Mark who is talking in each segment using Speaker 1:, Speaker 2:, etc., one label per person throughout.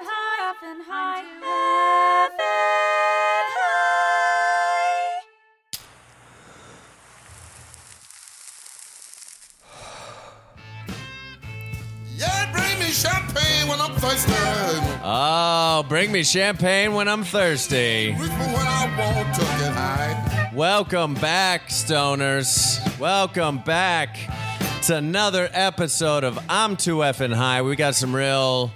Speaker 1: Heaven high. Heaven high.
Speaker 2: Yeah, bring me champagne when I'm thirsty.
Speaker 3: Oh, bring me champagne when I'm thirsty.
Speaker 2: With me when I want to get high.
Speaker 3: Welcome back, stoners. Welcome back to another episode of I'm Too Effin' High. We got some real,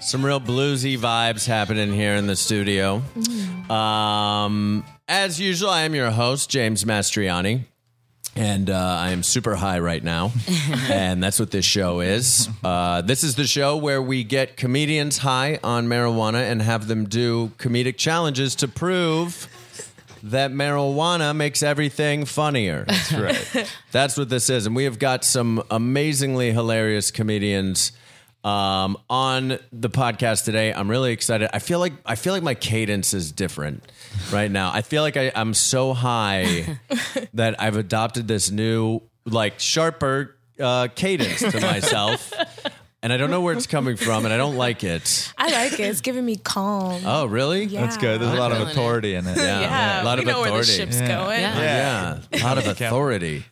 Speaker 3: some real bluesy vibes happening here in the studio. Um, as usual, I am your host, James Mastriani. And uh, I am super high right now. and that's what this show is. Uh, this is the show where we get comedians high on marijuana and have them do comedic challenges to prove that marijuana makes everything funnier. That's right. That's what this is. And we have got some amazingly hilarious comedians um, on the podcast today. I'm really excited. I feel like I feel like my cadence is different right now. I feel like I, I'm so high that I've adopted this new, like sharper uh, cadence to myself. And I don't know where it's coming from, and I don't like it.
Speaker 4: I like it. It's giving me calm.
Speaker 3: Oh, really? Yeah.
Speaker 5: That's good. There's a lot of
Speaker 6: feeling it.
Speaker 5: authority in it.
Speaker 3: Yeah. Um, A lot
Speaker 4: we
Speaker 3: of
Speaker 4: know where the
Speaker 3: authority.
Speaker 4: ship's going.
Speaker 6: Yeah.
Speaker 3: Yeah, a lot of authority.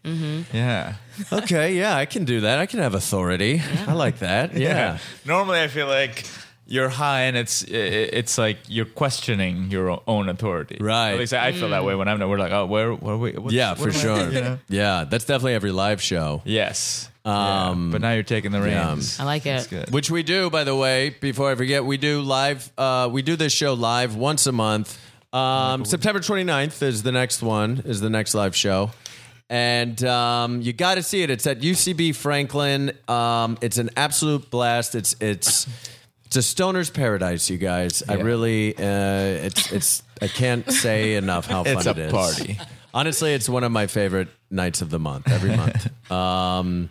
Speaker 5: Yeah.
Speaker 3: Okay, yeah, I can do that. I can have authority. I like that. Yeah.
Speaker 5: Normally, I feel like you're high, and it's i- i- it's like you're questioning your own authority.
Speaker 3: Right.
Speaker 5: At least I, I feel that way when I'm. We're like, oh, where, where we? what's-
Speaker 3: Yeah,
Speaker 5: what
Speaker 3: for
Speaker 5: am I
Speaker 3: sure.
Speaker 5: doing, you know?
Speaker 3: Yeah, that's definitely every live show.
Speaker 5: Yes.
Speaker 3: Um,
Speaker 5: Yeah. But now you're taking the
Speaker 3: yeah.
Speaker 5: reins.
Speaker 6: I like it.
Speaker 5: That's good.
Speaker 3: Which we do, by the way, before I forget, we do live, uh, we do this show live once a month. Um, September 29th is the next one, is the next live show. And um, you got to see it. It's at UCB Franklin. Um, it's an absolute blast. It's, it's, it's a stoner's paradise, you guys. I
Speaker 5: Yeah.
Speaker 3: really, uh, it's, it's, I can't say enough how fun
Speaker 5: It's
Speaker 3: it
Speaker 5: a
Speaker 3: is.
Speaker 5: party.
Speaker 3: Honestly, it's one of my favorite nights of the month, every month. Um,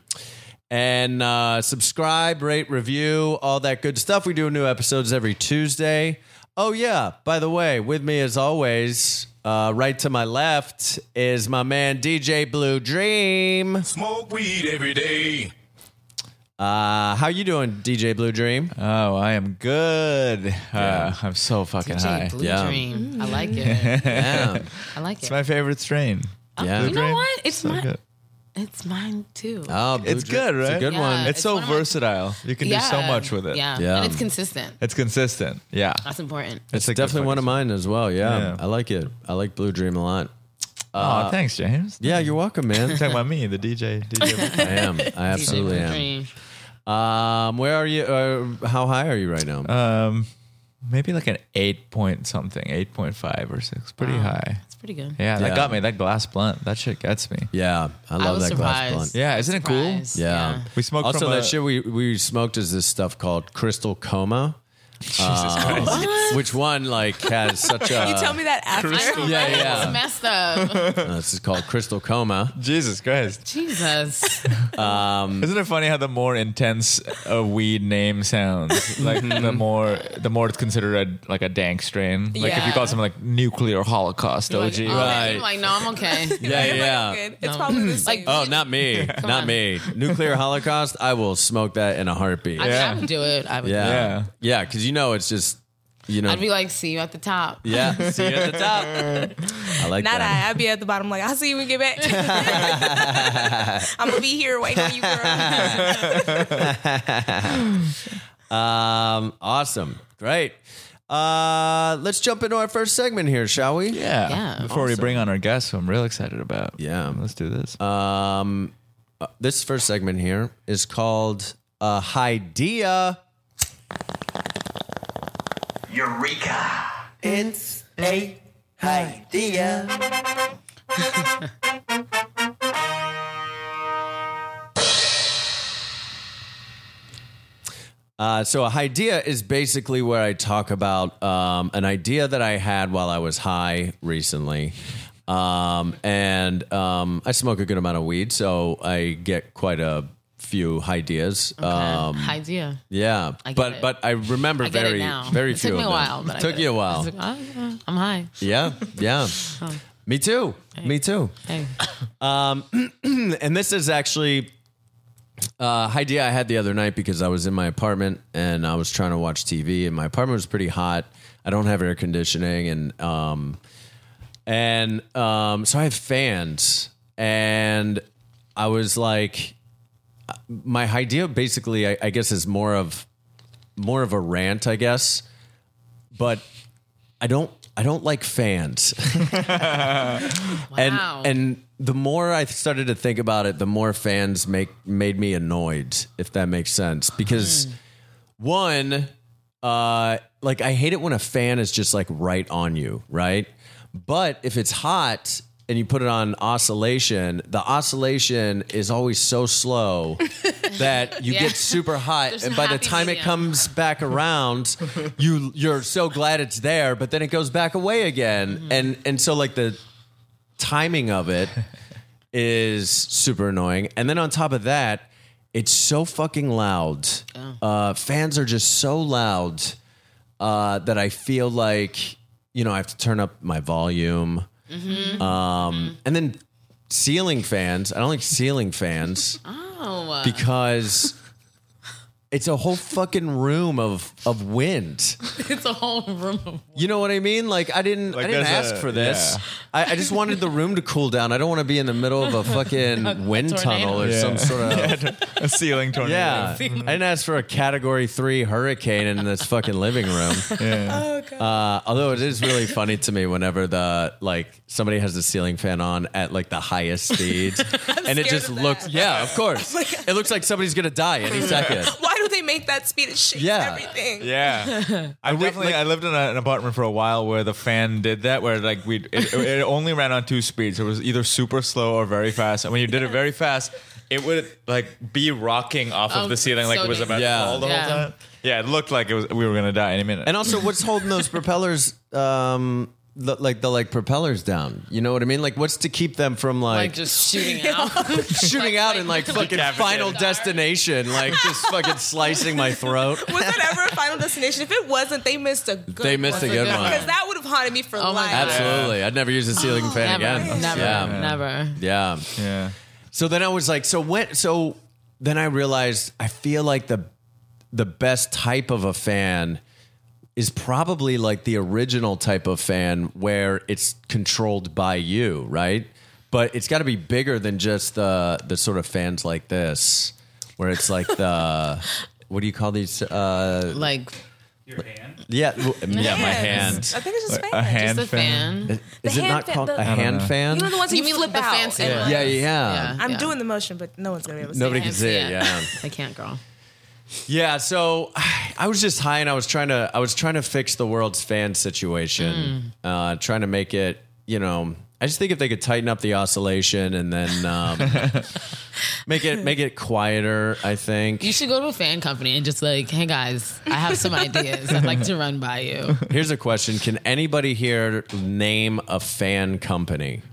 Speaker 3: and uh, subscribe, rate, review, all that good stuff. We do new episodes every Tuesday. Oh, yeah. By the way, with me as always, uh, right to my left is my man DJ Blue Dream.
Speaker 2: Smoke weed every day.
Speaker 3: Uh, how you doing, DJ Blue Dream?
Speaker 5: Oh, I am good. Uh, I'm so fucking high.
Speaker 6: Gee, Blue
Speaker 3: Yeah.
Speaker 6: Dream. I like it.
Speaker 3: Yeah.
Speaker 6: I like it.
Speaker 5: Mm. It's my favorite strain.
Speaker 3: yeah.
Speaker 6: You know what? It's
Speaker 5: So
Speaker 6: mine.
Speaker 5: good.
Speaker 6: It's mine too.
Speaker 3: Oh, Blue
Speaker 5: It's
Speaker 3: Dream-
Speaker 5: good,
Speaker 3: It's a
Speaker 5: right?
Speaker 3: good
Speaker 6: Yeah.
Speaker 3: one.
Speaker 6: Uh,
Speaker 5: It's,
Speaker 6: it's
Speaker 5: so
Speaker 6: fun.
Speaker 5: versatile. You can do so much with it.
Speaker 6: Yeah.
Speaker 3: Yeah.
Speaker 6: And it's consistent.
Speaker 5: It's consistent. Yeah.
Speaker 6: That's important.
Speaker 5: It's, a good
Speaker 3: Definitely one of mine as well. Yeah.
Speaker 5: Yeah.
Speaker 3: I like it. I like Blue Dream a lot.
Speaker 5: Oh, thanks, James.
Speaker 3: Yeah, you're welcome, man.
Speaker 5: Talking about me, the DJ. DJ.
Speaker 3: I am. I absolutely
Speaker 6: Blue
Speaker 3: am.
Speaker 6: Dream.
Speaker 3: Um, where are you? Uh, how high are you right now?
Speaker 5: Um, maybe like an eight point something, eight point five or six. Pretty high.
Speaker 6: It's pretty good.
Speaker 5: Yeah,
Speaker 3: Yeah.
Speaker 5: that got me. That glass blunt. That shit gets me.
Speaker 3: yeah, I love
Speaker 6: was
Speaker 3: that glass
Speaker 6: surprised.
Speaker 3: blunt.
Speaker 5: Yeah, isn't it cool?
Speaker 6: Surprise.
Speaker 3: Yeah.
Speaker 5: We smoked
Speaker 3: Also,
Speaker 5: from
Speaker 3: that
Speaker 5: a-
Speaker 3: shit we, we smoked is this stuff called crystal coma, Uh,
Speaker 5: Jesus Christ.
Speaker 3: which one like has such a
Speaker 4: You tell me that after.
Speaker 6: Yeah,
Speaker 3: Yeah, yeah.
Speaker 6: It's messed up.
Speaker 3: Uh, this is called crystal coma.
Speaker 5: Jesus Christ.
Speaker 6: Jesus.
Speaker 3: Mm.
Speaker 5: Isn't it funny how the more intense a weed name sounds, like the
Speaker 3: Mm-hmm.
Speaker 5: more the more it's considered a, like a dank strain. Like if you
Speaker 6: Yeah.
Speaker 5: call something like nuclear holocaust
Speaker 6: Like,
Speaker 5: OG.
Speaker 6: oh,
Speaker 3: right.
Speaker 6: I'm like, no, I'm okay.
Speaker 3: Yeah, yeah.
Speaker 4: Good. It's probably the same.
Speaker 6: Like,
Speaker 3: Oh, not me, not
Speaker 6: on.
Speaker 3: me. Nuclear holocaust. I will smoke that in a heartbeat.
Speaker 6: I, mean,
Speaker 5: Yeah.
Speaker 6: I would do it. I would. do it.
Speaker 3: yeah,
Speaker 5: Yeah.
Speaker 3: yeah. Because you know it's just you know.
Speaker 6: I'd be like, see you at the top.
Speaker 3: yeah, see you at the top. I like
Speaker 4: not
Speaker 3: that.
Speaker 4: I. I'd be at the bottom. Like I'll see you when you get back. I'm gonna be here waiting on you, girl.
Speaker 3: Um, awesome. Great. Uh, let's jump into our first segment here, shall we?
Speaker 5: Yeah.
Speaker 6: Yeah.
Speaker 5: Before we bring on our guest, who I'm real excited about.
Speaker 3: Yeah.
Speaker 5: Let's do this.
Speaker 3: Um, uh, this first segment here is called uh, Hydea.
Speaker 7: Eureka! It's a idea.
Speaker 3: Uh, so a idea is basically where I talk about um, an idea that I had while I was high recently. Um, and um, I smoke a good amount of weed, so I get quite a few ideas. Um,
Speaker 6: Okay. idea.
Speaker 3: yeah,
Speaker 6: get
Speaker 3: but
Speaker 6: it.
Speaker 3: but I remember
Speaker 6: I get
Speaker 3: very
Speaker 6: it now.
Speaker 3: very
Speaker 6: it
Speaker 3: few.
Speaker 6: Took me
Speaker 3: of
Speaker 6: a
Speaker 3: them.
Speaker 6: while, but I
Speaker 3: took
Speaker 6: get
Speaker 3: you a
Speaker 6: it.
Speaker 3: while.
Speaker 6: It's like, oh, yeah, I'm high.
Speaker 3: Yeah, yeah. Me too. Me too.
Speaker 6: Hey.
Speaker 3: And this is actually uh, idea I had the other night because I was in my apartment and I was trying to watch TV, and my apartment was pretty hot. I don't have air conditioning, and um, and um, so I have fans, and I was like, my idea basically, I, I guess, is more of more of a rant, I guess, but I don't I don't like fans. and
Speaker 6: Wow.
Speaker 3: and the more I started to think about it, the more fans make made me annoyed, if that makes sense. Because one, uh, like I hate it when a fan is just like right on you, right? But if it's hot and you put it on oscillation, the oscillation is always so slow that you
Speaker 6: Yeah.
Speaker 3: get super hot,
Speaker 6: There's
Speaker 3: and
Speaker 6: no
Speaker 3: by the
Speaker 6: happy
Speaker 3: time it
Speaker 6: medium.
Speaker 3: comes back around, you you're so glad it's there, but then it goes back away again,
Speaker 6: Mm-hmm.
Speaker 3: and and so like the timing of it is super annoying. And then on top of that, it's so fucking loud.
Speaker 6: Oh.
Speaker 3: Uh, fans are just so loud uh, that I feel like you know I have to turn up my volume.
Speaker 6: Mm-hmm.
Speaker 3: Um, And then ceiling fans. I don't like ceiling fans
Speaker 6: Oh, uh,
Speaker 3: because it's a whole fucking room of of wind.
Speaker 6: it's a whole room of
Speaker 3: You know what I mean? Like I didn't I didn't
Speaker 5: there's
Speaker 3: ask
Speaker 5: a-
Speaker 3: for this.
Speaker 5: yeah.
Speaker 3: I, I just wanted the room to cool down. I don't want to be in the middle of a fucking wind
Speaker 6: tornado.
Speaker 3: tunnel or
Speaker 5: Yeah.
Speaker 3: some sort of
Speaker 5: a ceiling tornado.
Speaker 3: yeah. I didn't ask for a category three hurricane in this fucking living room.
Speaker 5: Yeah.
Speaker 3: Uh, although it is really funny to me whenever the like somebody has the ceiling fan on at like the highest speed, and it
Speaker 4: scared
Speaker 3: just
Speaker 4: of that.
Speaker 3: looks. Yeah, of course. it looks like somebody's gonna die any second.
Speaker 4: Why do they make that speed? It shakes
Speaker 3: Yeah.
Speaker 4: everything.
Speaker 5: Yeah. I definitely I lived in a, an apartment for a while where the fan did that where like we it, it only ran on two speeds. It was either super slow or very fast. And when you did it very fast, it would like be rocking off
Speaker 6: Oh,
Speaker 5: of the ceiling like
Speaker 6: so
Speaker 5: it was about
Speaker 3: Yeah.
Speaker 5: to fall the
Speaker 6: Yeah.
Speaker 5: whole time. Yeah, it looked like it was we were going to die any minute.
Speaker 3: And also, what's holding those propellers, um, the, like the like propellers down? You know what I mean? Like, what's to keep them from
Speaker 6: like
Speaker 3: like,
Speaker 6: just shooting out.
Speaker 3: shooting out and like fucking
Speaker 5: Decapitated.
Speaker 3: Final Destination, like just fucking slicing my throat?
Speaker 4: Was that ever a Final Destination? If it wasn't, they missed a good
Speaker 3: They missed a
Speaker 6: That's a
Speaker 3: good
Speaker 6: good
Speaker 3: one.
Speaker 4: Because that would have haunted me for
Speaker 6: Oh my
Speaker 4: life.
Speaker 6: God.
Speaker 3: Absolutely, I'd never use a ceiling fan
Speaker 6: Never,
Speaker 3: again.
Speaker 6: never,
Speaker 3: Yeah.
Speaker 6: never.
Speaker 3: Yeah.
Speaker 5: yeah.
Speaker 3: So then I was like, so when? So then I realized I feel like the the best type of a fan is probably like the original type of fan where it's controlled by you, right? But it's got to be bigger than just the the sort of fans like this, where it's like the what do you call these? Uh,
Speaker 6: Like
Speaker 3: yeah, w- yeah, my hand.
Speaker 4: I think it's just
Speaker 5: A
Speaker 4: fans.
Speaker 5: hand
Speaker 6: the fan.
Speaker 3: Is it
Speaker 4: hand
Speaker 3: not
Speaker 4: fan-
Speaker 3: called
Speaker 4: the-
Speaker 3: a
Speaker 4: I
Speaker 5: don't
Speaker 3: hand
Speaker 5: know.
Speaker 3: fan?
Speaker 4: You know the ones that
Speaker 6: You
Speaker 4: you,
Speaker 6: mean
Speaker 4: flip
Speaker 6: the
Speaker 4: out.
Speaker 6: fancy
Speaker 4: and,
Speaker 6: ones?
Speaker 4: like,
Speaker 3: yeah, yeah.
Speaker 6: Yeah.
Speaker 4: I'm doing the motion, but no one's gonna be able to
Speaker 3: Nobody
Speaker 4: see
Speaker 3: can see it. Yeah.
Speaker 6: I can't, girl.
Speaker 3: Yeah, so I was just high, and I was trying to I was trying to fix the world's fan situation,
Speaker 6: Hmm.
Speaker 3: uh, trying to make it. You know, I just think if they could tighten up the oscillation and then um, make it make it quieter, I think.
Speaker 6: You should go to a fan company and just like, hey guys, I have some ideas I'd like to run by you.
Speaker 3: Here's a question: Can anybody here name a fan company?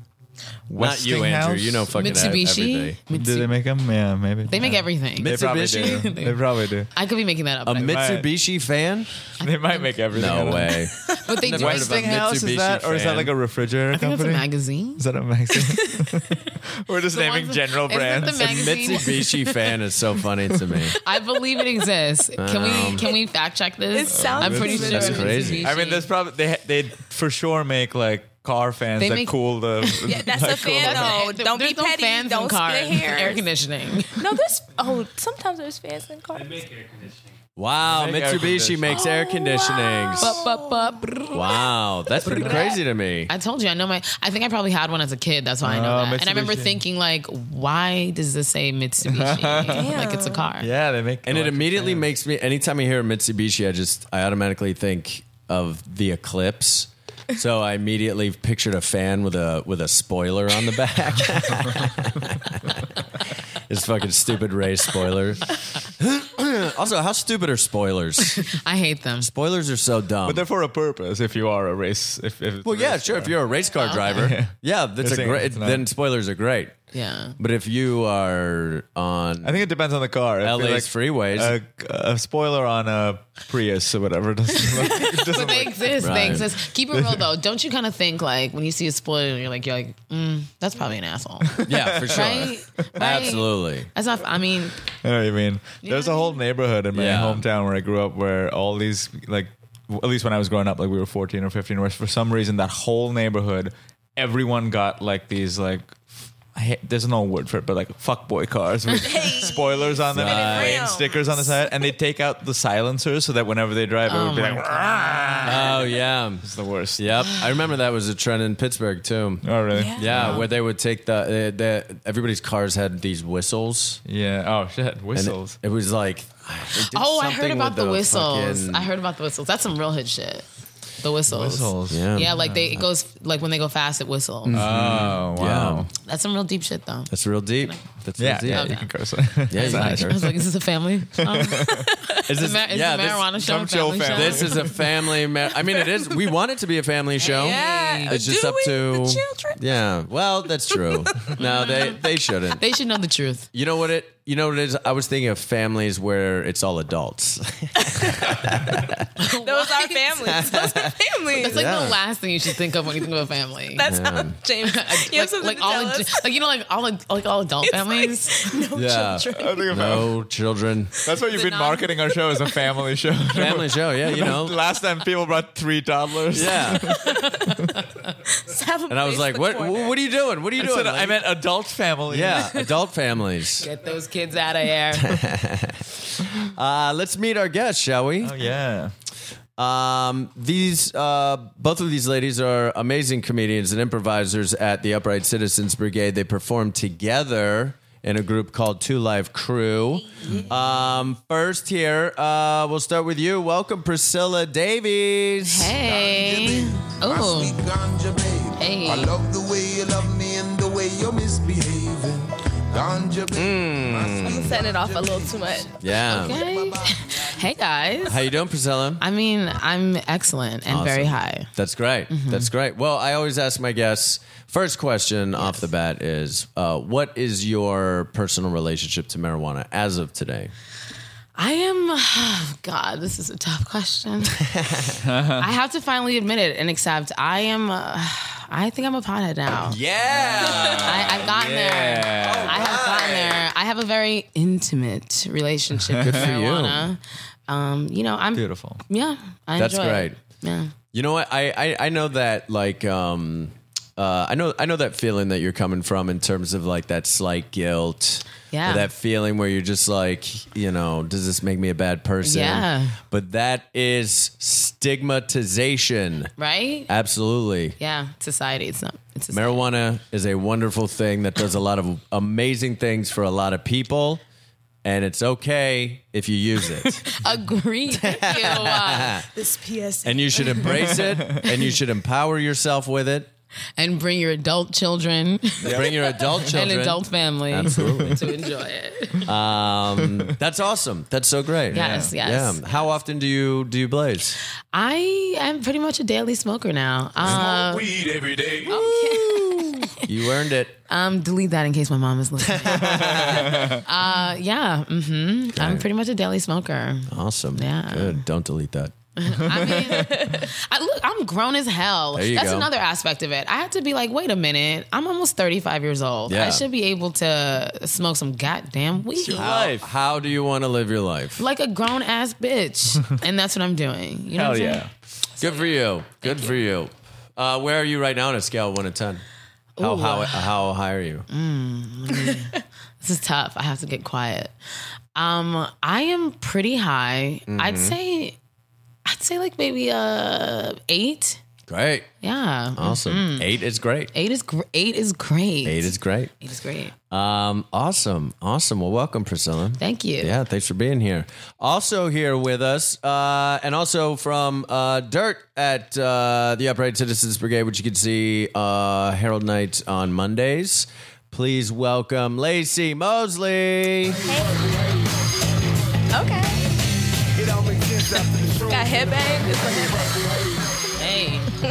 Speaker 3: Not you, Andrew. You know fucking e-
Speaker 6: Mitsubishi.
Speaker 3: everything.
Speaker 5: Do they make them? Yeah, maybe.
Speaker 6: They make everything.
Speaker 5: They probably do.
Speaker 3: Mitsubishi?
Speaker 5: they probably do.
Speaker 6: I could be making that up.
Speaker 3: A
Speaker 6: but I-
Speaker 3: Mitsubishi fan?
Speaker 5: They might make everything. I don't
Speaker 3: No
Speaker 5: know.
Speaker 3: way.
Speaker 6: but they do.
Speaker 3: Never heard of a
Speaker 5: Westinghouse
Speaker 3: Mitsubishi
Speaker 5: is that, or is
Speaker 3: fan.
Speaker 5: that like a refrigerator
Speaker 6: I think that's a
Speaker 5: company?
Speaker 6: magazine.
Speaker 5: Is that a magazine? We're just
Speaker 6: The
Speaker 5: naming
Speaker 6: ones-
Speaker 5: general
Speaker 6: isn't it the
Speaker 5: brands.
Speaker 6: magazine?
Speaker 3: Mitsubishi fan is so funny to me.
Speaker 6: I believe it exists. Can we can we fact check
Speaker 4: It
Speaker 6: this?
Speaker 4: sounds
Speaker 6: I'm pretty sure.
Speaker 4: familiar.
Speaker 3: That's crazy.
Speaker 5: I mean, there's probably they they for sure make like car fans
Speaker 6: They
Speaker 5: that
Speaker 6: make-
Speaker 5: cool the.
Speaker 4: Yeah, that's a fan. No, don't
Speaker 6: There's
Speaker 4: be
Speaker 6: no
Speaker 4: petty.
Speaker 6: fans in
Speaker 4: don't
Speaker 6: cars,
Speaker 4: split hairs.
Speaker 6: Air conditioning.
Speaker 4: No, there's oh, sometimes there's fans in cars.
Speaker 3: Wow,
Speaker 5: Make air
Speaker 3: Mitsubishi
Speaker 5: conditioning.
Speaker 3: makes air conditionings.
Speaker 6: Bup, bup, bup.
Speaker 3: Wow, that's pretty crazy to me.
Speaker 6: I told you, I know my. I think I probably had one as a kid. That's why I know
Speaker 5: Oh,
Speaker 6: that. And I remember
Speaker 5: Mitsubishi.
Speaker 6: thinking, like, why does this say Mitsubishi? like it's a car.
Speaker 5: Yeah, they make.
Speaker 3: And it immediately makes me. Anytime I hear Mitsubishi, I just I automatically think of the Eclipse. So I immediately pictured a fan with a with a spoiler on the back. This fucking stupid race spoiler. also, how stupid are spoilers?
Speaker 6: I hate them.
Speaker 3: Spoilers are so dumb.
Speaker 5: But they're for a purpose. If you are a race, if, if it's a
Speaker 3: Well, yeah,
Speaker 5: race
Speaker 3: sure.
Speaker 5: car.
Speaker 3: If you're a race car driver, yeah, that's
Speaker 5: They're
Speaker 3: a
Speaker 5: saying
Speaker 3: great.
Speaker 5: it's not-
Speaker 3: Then spoilers are great.
Speaker 6: Yeah.
Speaker 3: But if you are on,
Speaker 5: I think it depends on the car. If
Speaker 3: LA's
Speaker 5: you're,
Speaker 3: freeways.
Speaker 5: A, a spoiler on a Prius or whatever doesn't look, it doesn't
Speaker 6: But they
Speaker 5: look-
Speaker 6: exist. They
Speaker 3: Right.
Speaker 6: exist. Keep it real though. Don't you kind of think like when you see a spoiler, you're like, you're like, mm, that's probably an asshole,
Speaker 3: yeah, for sure,
Speaker 6: right? Right?
Speaker 3: absolutely.
Speaker 6: That's not. I mean,
Speaker 5: I know what you mean. There's a whole neighborhood in my
Speaker 3: Yeah.
Speaker 5: hometown where I grew up where all these like w- at least when I was growing up, like we were 14 or 15, where for some reason that whole neighborhood, everyone got like these like I hate, there's no word for it, but like fuck boy cars with spoilers on them,
Speaker 4: Right.
Speaker 5: and
Speaker 4: Wow.
Speaker 5: plain stickers on the side, and they take out the silencers so that whenever they drive, it
Speaker 6: Oh
Speaker 5: would be
Speaker 6: my
Speaker 5: like
Speaker 3: Oh yeah,
Speaker 5: it's the worst.
Speaker 3: yep. I remember that was a trend in Pittsburgh too.
Speaker 5: Oh really?
Speaker 4: Yeah.
Speaker 3: Yeah, where they would take the, uh, the everybody's cars had these whistles.
Speaker 5: Yeah. Oh shit!
Speaker 3: And
Speaker 5: Whistles.
Speaker 3: It, it was like, they did
Speaker 6: oh, I heard
Speaker 3: something
Speaker 6: about
Speaker 3: with
Speaker 6: the whistles.
Speaker 3: fucking-
Speaker 6: I heard about the whistles. That's some real hood shit. The whistles.
Speaker 5: Whistles.
Speaker 3: Yeah.
Speaker 6: Yeah, like they it goes like when they go fast, it whistles.
Speaker 5: Oh wow.
Speaker 6: That's some real deep shit though.
Speaker 3: That's real deep. That's real
Speaker 5: Yeah.
Speaker 3: deep.
Speaker 5: Yeah.
Speaker 6: Okay.
Speaker 5: You can curse.
Speaker 3: Yeah, you
Speaker 6: I
Speaker 3: can curse.
Speaker 6: was like, is this a family? Um,
Speaker 3: Is this,
Speaker 6: the mar- is
Speaker 3: yeah,
Speaker 6: the
Speaker 3: this-
Speaker 6: marijuana show
Speaker 5: some
Speaker 6: a
Speaker 5: show
Speaker 6: family show?
Speaker 5: family.
Speaker 3: This is a family. Ma- I mean, it is. We want it to be a family show.
Speaker 4: Yeah,
Speaker 3: it's just
Speaker 4: do
Speaker 3: up
Speaker 4: we,
Speaker 3: to
Speaker 4: the children.
Speaker 3: Yeah, well, that's true. no, they they shouldn't.
Speaker 6: they should know the truth.
Speaker 3: You know what it? You know what it is? I was thinking of families where it's all adults.
Speaker 4: Those are families. Those are
Speaker 6: It's
Speaker 4: families.
Speaker 6: like
Speaker 3: Yeah.
Speaker 6: the last thing you should think of when you think of a family.
Speaker 4: That's how James. You have
Speaker 6: like,
Speaker 4: something
Speaker 6: like
Speaker 4: to
Speaker 6: all
Speaker 4: tell
Speaker 6: ad-
Speaker 4: us.
Speaker 6: like you know like all ad- like all adult families.
Speaker 4: No
Speaker 3: Yeah.
Speaker 4: children.
Speaker 3: no children.
Speaker 5: That's why you've
Speaker 4: The
Speaker 5: been
Speaker 4: non-
Speaker 5: marketing our show as a family show.
Speaker 3: Family show. Yeah, you know.
Speaker 5: Last time people brought three toddlers.
Speaker 3: Yeah, and I was like, "What? What are you doing? What are you
Speaker 5: I,
Speaker 3: doing?"
Speaker 5: said, I
Speaker 3: lady?
Speaker 5: meant adult family.
Speaker 3: yeah, adult families.
Speaker 6: Get those kids out of here.
Speaker 3: Uh, let's meet our guest, shall we?
Speaker 5: Oh, yeah.
Speaker 3: Um, these uh, both of these ladies are amazing comedians and improvisers at the Upright Citizens Brigade. They perform together in a group called Two Live Crew. Um, first, here uh, we'll start with you. Welcome, Priscilla Davies.
Speaker 6: Hey.
Speaker 2: My
Speaker 6: Oh,
Speaker 2: sweet ganja baby.
Speaker 6: Hey.
Speaker 2: I love the way you love me and the way you're misbehaving. Ganja
Speaker 8: Hmm.
Speaker 2: baby. My sweet
Speaker 4: Setting it off a little too much.
Speaker 3: Yeah.
Speaker 6: hey. Hey guys.
Speaker 3: How you doing, Priscilla?
Speaker 6: I mean, I'm excellent and very high.
Speaker 3: That's great.
Speaker 6: Mm-hmm.
Speaker 3: That's great. Well, I always ask my guests. First question off the bat is, uh, what is your personal relationship to marijuana as of today?
Speaker 6: I am, God, this is a tough question. I have to finally admit it and accept I am, uh, I think I'm a pothead now.
Speaker 3: Yeah.
Speaker 6: I, I've gotten there. I have gotten there. I have a very intimate relationship with
Speaker 3: for you.
Speaker 6: marijuana. Um, you know, I'm,
Speaker 5: Beautiful.
Speaker 6: yeah, I
Speaker 3: That's
Speaker 6: enjoy
Speaker 3: great.
Speaker 6: it. Yeah.
Speaker 3: You know what? I, I, I know that like um uh, I know I know that feeling that you're coming from in terms of like that slight guilt.
Speaker 6: Yeah.
Speaker 3: Or that feeling where you're just like, you know, does this make me a bad person?
Speaker 6: Yeah.
Speaker 3: But that is stigmatization.
Speaker 6: Right?
Speaker 3: Absolutely.
Speaker 6: Yeah. Society. It's not, it's a
Speaker 3: Marijuana is a wonderful thing that does a lot of amazing things for a lot of people. And it's okay if you use it.
Speaker 6: Agreed. Thank you. Uh,
Speaker 4: This PSA.
Speaker 3: and you should embrace it and you should empower yourself with it.
Speaker 6: and bring your adult children
Speaker 3: Bring your adult children.
Speaker 6: and adult family
Speaker 3: Absolutely.
Speaker 6: to enjoy it.
Speaker 3: Um, That's awesome. That's so great.
Speaker 6: Yes,
Speaker 3: yeah.
Speaker 6: yes.
Speaker 3: Yeah. How often do you do you blaze?
Speaker 6: I am pretty much a daily smoker now. Uh,
Speaker 2: weed every day.
Speaker 3: You earned it.
Speaker 6: um, delete that in case my mom is listening. uh, yeah, hmm I'm pretty much a daily smoker.
Speaker 3: Awesome.
Speaker 6: Oh, Yeah.
Speaker 3: Good. Don't delete that.
Speaker 6: I mean, I, look, I'm grown as hell.
Speaker 3: There you
Speaker 6: That's
Speaker 3: go.
Speaker 6: another aspect of it. I had to be like, wait a minute, I'm almost 35 years old.
Speaker 3: Yeah.
Speaker 6: I should be able to smoke some goddamn weed.
Speaker 3: Life. How do you want to live your life?
Speaker 6: Like a grown ass bitch, and that's what I'm doing. You know,
Speaker 5: Hell
Speaker 6: what I'm saying?
Speaker 5: yeah.
Speaker 3: Good for you. Good for you. Uh, where are you right now on a scale of one to ten? How how how high are you?
Speaker 6: Mm. This is tough. I have to get quiet. Um, I am pretty high.
Speaker 3: Mm-hmm.
Speaker 6: I'd say, I'd say like maybe uh eight.
Speaker 3: Great.
Speaker 6: Yeah,
Speaker 3: Awesome. Eight is great.
Speaker 6: eight is gr- eight is great.
Speaker 3: Eight is great.
Speaker 6: Eight is great.
Speaker 3: Um, awesome. Awesome. Well, welcome, Priscilla.
Speaker 6: Thank you.
Speaker 3: Yeah, thanks for being here. Also here with us, uh, and also from uh, Dirt at uh, the Upright Citizens Brigade, which you can see uh, Herald Nights on Mondays. Please welcome Lacey Mosley.
Speaker 4: Okay. Got headbang. It's a headbang.
Speaker 6: Hey.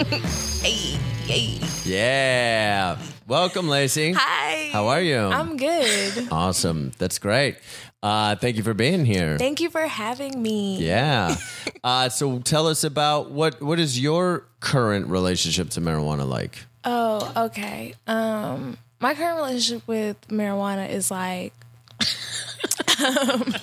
Speaker 4: Hey, hey.
Speaker 3: Yeah. Welcome, Lacey.
Speaker 4: Hi.
Speaker 3: How are you?
Speaker 4: I'm good.
Speaker 3: awesome. That's great. Uh, thank you for being here.
Speaker 4: Thank you for having me.
Speaker 3: yeah. Uh, so tell us about what what is your current relationship to marijuana like?
Speaker 4: Oh, okay. Um, my current relationship with marijuana is like. um,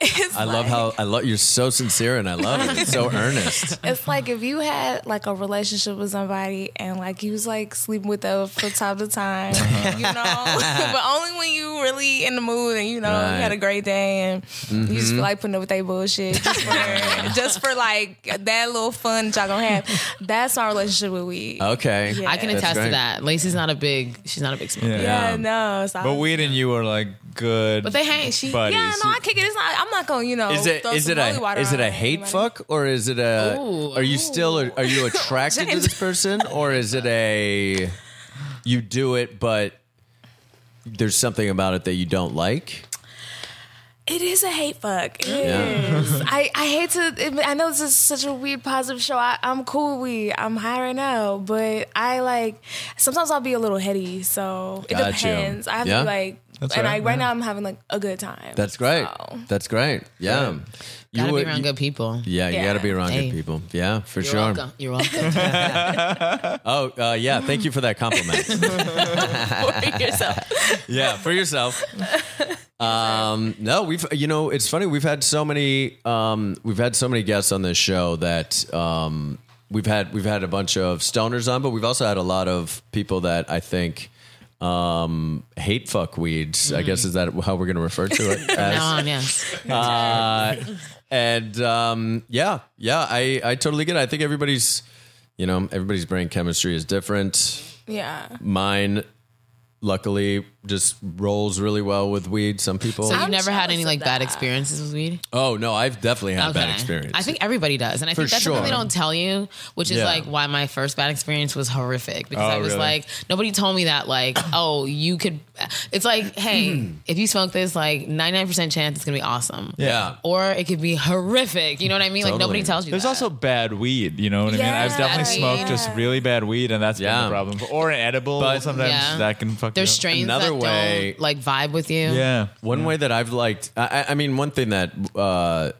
Speaker 4: it's
Speaker 3: I love how I love you're so sincere and I love it. It's so earnest.
Speaker 4: It's like if you had like a relationship with somebody and like you was like sleeping with them from time to time, you know, but only when you really in the mood and you know
Speaker 3: Right. Mm-hmm.
Speaker 4: you had a great day and you just feel like putting up with their bullshit just for, just for like that little fun that y'all gonna have. That's my relationship with weed.
Speaker 3: Okay.
Speaker 4: Yeah.
Speaker 6: I can
Speaker 3: That's
Speaker 6: attest
Speaker 3: great.
Speaker 6: to that. Lacey's not a big. She's not a big smoker.
Speaker 5: Yeah.
Speaker 4: Yeah, no, so I
Speaker 5: But
Speaker 4: was-
Speaker 5: weed and you are like good.
Speaker 6: But they hang. She.
Speaker 5: buddies.
Speaker 4: Yeah, no, I kick it. It's not. I'm not gonna, you know.
Speaker 3: Is it
Speaker 4: throw
Speaker 3: is
Speaker 4: some
Speaker 3: it
Speaker 4: holy water
Speaker 3: a is it
Speaker 4: on
Speaker 3: a hate
Speaker 4: anybody.
Speaker 3: fuck or is it a
Speaker 6: Ooh,
Speaker 3: are you still are you attracted to this person or is it a you do it but there's something about it that you don't like?
Speaker 4: It is a hate fuck. It is. I, I hate to. admit- I know this is such a weird positive show. I, I'm cool with weed. I'm high right now, but I like sometimes I'll be a little heady. So it
Speaker 3: Got you.
Speaker 4: depends. I have
Speaker 3: Yeah.
Speaker 4: to be like.
Speaker 5: That's
Speaker 4: and
Speaker 5: all right,
Speaker 4: I, right
Speaker 5: yeah.
Speaker 4: now I'm having like a good time.
Speaker 3: That's great.
Speaker 4: So,
Speaker 3: That's great. Yeah. You
Speaker 6: gotta
Speaker 3: would-
Speaker 6: be around
Speaker 3: you-
Speaker 6: good people.
Speaker 3: Yeah, you
Speaker 4: Yeah.
Speaker 3: gotta be around
Speaker 6: Hey.
Speaker 3: good people. Yeah, for
Speaker 6: You're
Speaker 3: sure.
Speaker 6: welcome. You're welcome.
Speaker 3: Oh, uh, yeah. Thank you for that compliment.
Speaker 6: Treat yourself.
Speaker 3: yeah, for yourself. Um, no, we've you know it's funny we've had so many um, we've had so many guests on this show that um, we've had we've had a bunch of stoners on, but we've also had a lot of people that I think um, hate fuck weeds. I
Speaker 6: Mm-hmm.
Speaker 3: guess is that how we're going to refer to it?
Speaker 6: Now
Speaker 3: as?
Speaker 6: on, yes.
Speaker 3: Uh, And um, yeah, yeah, I I totally get. it. I think everybody's you know everybody's brain chemistry is different.
Speaker 4: yeah.
Speaker 3: Mine, luckily, just rolls really well with weed. Some people.
Speaker 6: So
Speaker 4: I'm
Speaker 6: you've never had
Speaker 4: jealous
Speaker 6: any
Speaker 4: of
Speaker 6: like bad
Speaker 4: that.
Speaker 6: experiences with weed?
Speaker 3: Oh no, I've definitely had bad experience.
Speaker 6: I think everybody does, and I think that's something they
Speaker 3: sure.
Speaker 6: don't tell you, which is
Speaker 3: Yeah.
Speaker 6: like why my first bad experience was horrific because
Speaker 5: Oh,
Speaker 6: I was
Speaker 5: really?
Speaker 6: like, nobody told me that. Like, oh, you could. It's like, hey, if you smoke this, like ninety nine percent chance it's gonna be awesome.
Speaker 3: Mm-hmm. Yeah.
Speaker 6: Or it could be horrific. You know what I mean? Like
Speaker 3: Totally.
Speaker 6: nobody tells you.
Speaker 5: There's
Speaker 6: that.
Speaker 5: also bad weed, you know what I mean? I've
Speaker 4: Yeah,
Speaker 5: definitely
Speaker 6: bad
Speaker 5: smoked
Speaker 6: weed.
Speaker 5: just really bad weed, and that's
Speaker 3: Yeah.
Speaker 5: been the problem. Or an edible,
Speaker 3: But-
Speaker 5: sometimes
Speaker 6: Yeah.
Speaker 5: that can fuck.
Speaker 6: there's
Speaker 5: you up.
Speaker 6: strains
Speaker 3: Another
Speaker 6: that
Speaker 3: way-
Speaker 6: don't like vibe with you.
Speaker 5: Yeah,
Speaker 6: Mm.
Speaker 3: one way that I've liked, I, I I mean, one thing that uh,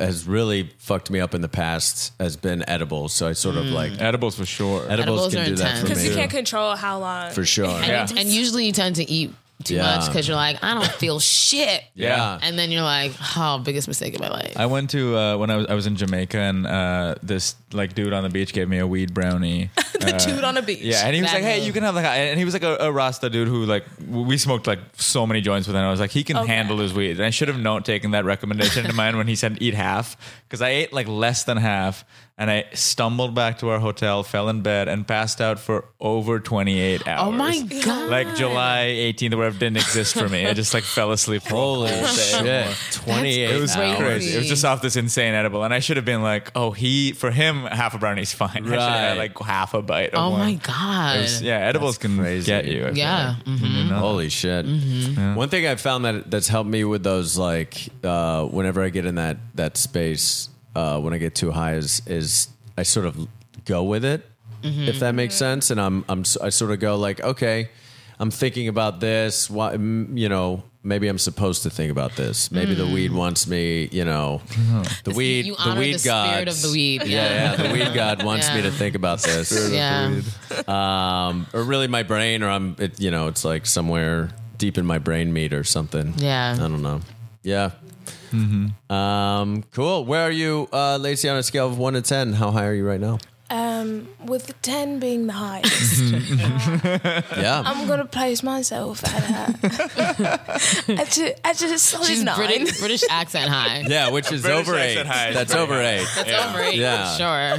Speaker 3: has really fucked me up in the past has been edibles. So I sort of like
Speaker 5: edibles for sure.
Speaker 3: edibles,
Speaker 6: Mm. Edibles
Speaker 3: can
Speaker 6: are
Speaker 3: do that for
Speaker 6: intense.
Speaker 4: Because
Speaker 3: me
Speaker 4: you can't control how long.
Speaker 3: for sure.
Speaker 6: And,
Speaker 5: Yeah.
Speaker 6: you- and usually you tend to eat too
Speaker 3: Yeah.
Speaker 6: much much because you're like, I don't feel shit.
Speaker 3: Yeah.
Speaker 6: And then you're like, oh, biggest mistake of my life.
Speaker 5: I went to uh, when I was I was in Jamaica, and uh, this like dude on the beach gave me a weed brownie.
Speaker 4: the dude on the beach.
Speaker 5: Yeah, and he was
Speaker 6: Bad
Speaker 5: like, "Hey,
Speaker 6: move.
Speaker 5: you can have like," a, and he was like a, a Rasta dude who like w- we smoked like so many joints with him. I was like, he can
Speaker 4: Okay.
Speaker 5: handle his weed. And I should have known taking that recommendation to mind when he said eat half because I ate like less than half, and I stumbled back to our hotel, fell in bed, and passed out for over twenty eight hours.
Speaker 6: oh my god.
Speaker 5: Like July 18th or whatever didn't exist for me. I just like fell asleep. for a
Speaker 3: Holy
Speaker 5: whole day.
Speaker 3: shit! Twenty eight.
Speaker 5: It was
Speaker 6: That's
Speaker 5: crazy. It was just off this insane edible, and I should have been like, "Oh, he for him half a brownie's fine." I should have had
Speaker 3: Right.
Speaker 5: like half a bite. Of
Speaker 6: Oh
Speaker 5: one.
Speaker 6: my god.
Speaker 5: It was- yeah, edibles can
Speaker 3: crazy.
Speaker 5: get you. I feel
Speaker 6: Yeah. Mm-hmm.
Speaker 5: like. You know?
Speaker 3: Holy shit! One thing I found that that's helped me with those, like, uh, whenever I get in that that space, uh, when I get too high, is is I sort of go with it,
Speaker 6: Mm-hmm.
Speaker 3: if that makes sense. And I'm I'm s- I sort of go like, okay, I'm thinking about this. Why, m- you know. Maybe I'm supposed to think about this. Maybe the weed wants me, you know. The weed,
Speaker 6: Mm. you
Speaker 3: the
Speaker 6: honor
Speaker 3: weed
Speaker 6: the
Speaker 3: god.
Speaker 6: spirit of the weed.
Speaker 3: Yeah, yeah, the weed god wants me
Speaker 6: Yeah.
Speaker 3: to think about this
Speaker 6: Yeah.
Speaker 3: um, or really my brain, or I'm, it, you know, it's like somewhere deep in my brain meat or something.
Speaker 6: Yeah.
Speaker 3: I don't know. Yeah. Um, cool. Where are you, uh, Lacey, on a scale of one to 10? How high are you right now?
Speaker 4: Um, with ten being the highest,
Speaker 3: Yeah.
Speaker 4: I'm gonna place myself at a. at ju- at just solid
Speaker 6: She's
Speaker 4: nine.
Speaker 6: British, British accent high.
Speaker 3: yeah, which is
Speaker 5: British
Speaker 3: over
Speaker 5: accent
Speaker 3: eight.
Speaker 5: high is
Speaker 3: That's
Speaker 5: pretty
Speaker 3: over
Speaker 5: high.
Speaker 3: eight.
Speaker 6: That's over eight,
Speaker 3: Yeah.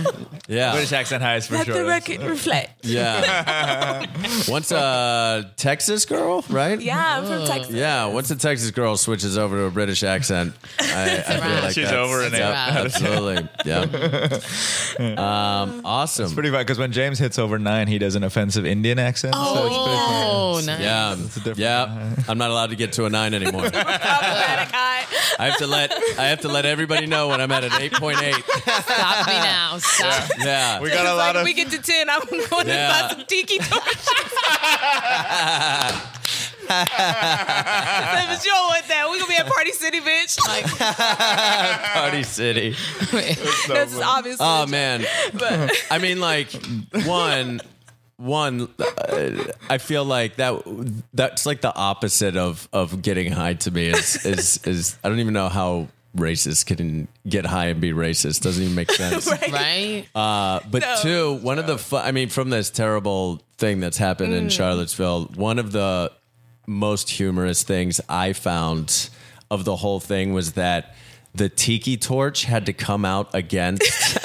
Speaker 6: for sure.
Speaker 3: Yeah.
Speaker 5: British accent highs for
Speaker 4: Let
Speaker 5: sure.
Speaker 4: the record reflect.
Speaker 3: Yeah. Once a Texas girl, right?
Speaker 4: Yeah, I'm from
Speaker 6: Oh,
Speaker 4: Texas.
Speaker 3: Yeah, once a Texas girl switches over to a British accent, I, I feel
Speaker 6: wrap.
Speaker 3: like
Speaker 5: She's
Speaker 3: that's-
Speaker 5: over in
Speaker 3: yep,
Speaker 6: it.
Speaker 3: Absolutely, yeah. Um, awesome.
Speaker 5: Pretty fun because when James hits over nine, he does an offensive Indian accent. so it's pretty fun.
Speaker 6: Oh, nice.
Speaker 3: yeah,
Speaker 5: different-
Speaker 3: yeah. I'm not allowed to get to a nine anymore. I have to let I have to let everybody know when I'm at an eight point eight.
Speaker 6: Stop me now. Stop.
Speaker 3: Yeah,
Speaker 5: We got a lot of
Speaker 4: we get to ten. I'm going
Speaker 3: Yeah.
Speaker 4: to buy some tiki torches. If you don't want that, we gonna be at Party City, bitch. Like
Speaker 3: Party City.
Speaker 4: this is obviously.
Speaker 3: Oh man, I mean, like one, one. Uh, I feel like that. That's like the opposite of of getting high to me. Is is is I don't even know how racist can get high and be racist. Doesn't even make sense.
Speaker 6: Right?
Speaker 3: But two, one of the fu- I mean, from this terrible thing that's happened
Speaker 8: Mm.
Speaker 3: in Charlottesville, one of the most humorous things I found of the whole thing was that the tiki torch had to come out against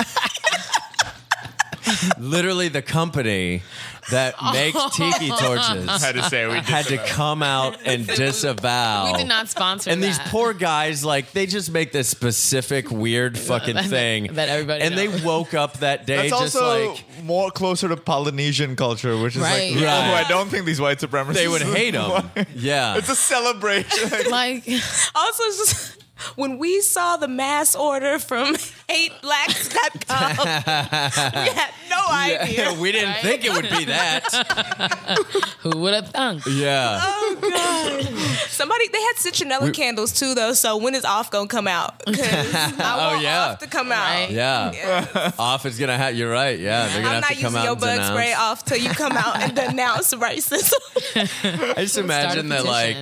Speaker 3: literally the company that makes tiki torches
Speaker 8: Oh. had to say we
Speaker 3: had to come out and disavow
Speaker 6: we did not sponsor
Speaker 3: Oh. and these
Speaker 6: that.
Speaker 3: poor guys, like, they just make this specific weird fucking thing
Speaker 6: that everybody
Speaker 3: And
Speaker 6: knows.
Speaker 3: they woke up that day
Speaker 5: That's
Speaker 3: just
Speaker 5: also
Speaker 3: like
Speaker 5: more closer to Polynesian culture, which is
Speaker 6: Right.
Speaker 5: like people
Speaker 3: Right.
Speaker 5: who I don't think these white supremacists
Speaker 3: they would hate them. Yeah,
Speaker 5: It's a celebration.
Speaker 6: Like,
Speaker 4: also, it's just, when we saw the mass order from hateblacks.com, we had no idea.
Speaker 3: we didn't
Speaker 6: Right?
Speaker 3: think it would be that.
Speaker 6: who would have thunk?
Speaker 3: Yeah,
Speaker 4: Oh god! Somebody they had citronella candles too, though. So when is off gonna come out? 'Cause I want
Speaker 3: Oh, yeah.
Speaker 4: off to come out.
Speaker 3: yeah. Off is gonna have. You're right. Yeah, they're gonna have
Speaker 4: I'm not
Speaker 3: to come
Speaker 4: using
Speaker 3: out
Speaker 4: your
Speaker 3: and
Speaker 4: bug spray
Speaker 3: denounce.
Speaker 4: off till you come out and denounce racism.
Speaker 3: I just
Speaker 6: Start a
Speaker 3: imagine that like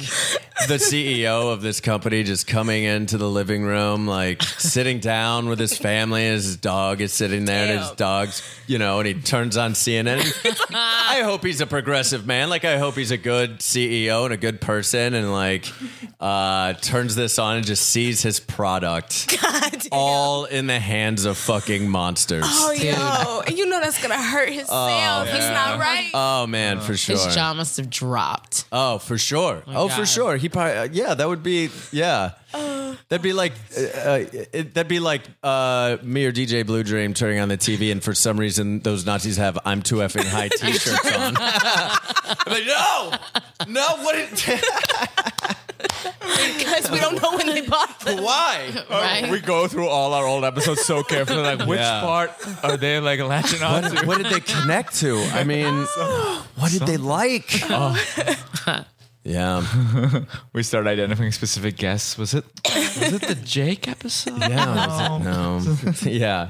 Speaker 3: the CEO of this company just coming into the living room, like sitting down with his family, and his dog is sitting there, and his
Speaker 4: Damn.
Speaker 3: dog's, you know, and he turns on CNN. I hope he's a progressive man. Like I hope he's a good CEO and a good person, and like uh, turns this on and just sees his product
Speaker 4: God damn.
Speaker 3: all in the hands of fucking monsters.
Speaker 4: Oh, yo. And you know that's going to hurt his
Speaker 6: Oh,
Speaker 4: sales. It's not right.
Speaker 3: Oh, man, for sure.
Speaker 6: His jaw must have dropped.
Speaker 3: Oh, for sure.
Speaker 6: my
Speaker 3: oh,
Speaker 6: God.
Speaker 3: for sure. He probably uh, yeah. That would be yeah. that'd be like uh, uh, it, that'd be like uh, me or DJ Blue Dream turning on the TV and for some reason those Nazis have "I'm too effing high" T-shirts on. I'm like, no, no. What? It,
Speaker 4: Because we don't know when they bought them.
Speaker 3: why?
Speaker 6: Right?
Speaker 5: we go through all our old episodes so carefully. Like, which
Speaker 3: Yeah.
Speaker 5: part are they like latching on
Speaker 3: What,
Speaker 5: to?
Speaker 3: what did they connect to? I mean, what did they like? Oh. Yeah,
Speaker 5: We start identifying specific guests. Was it was it the Jake episode?
Speaker 3: yeah. Was it, no, Um, yeah.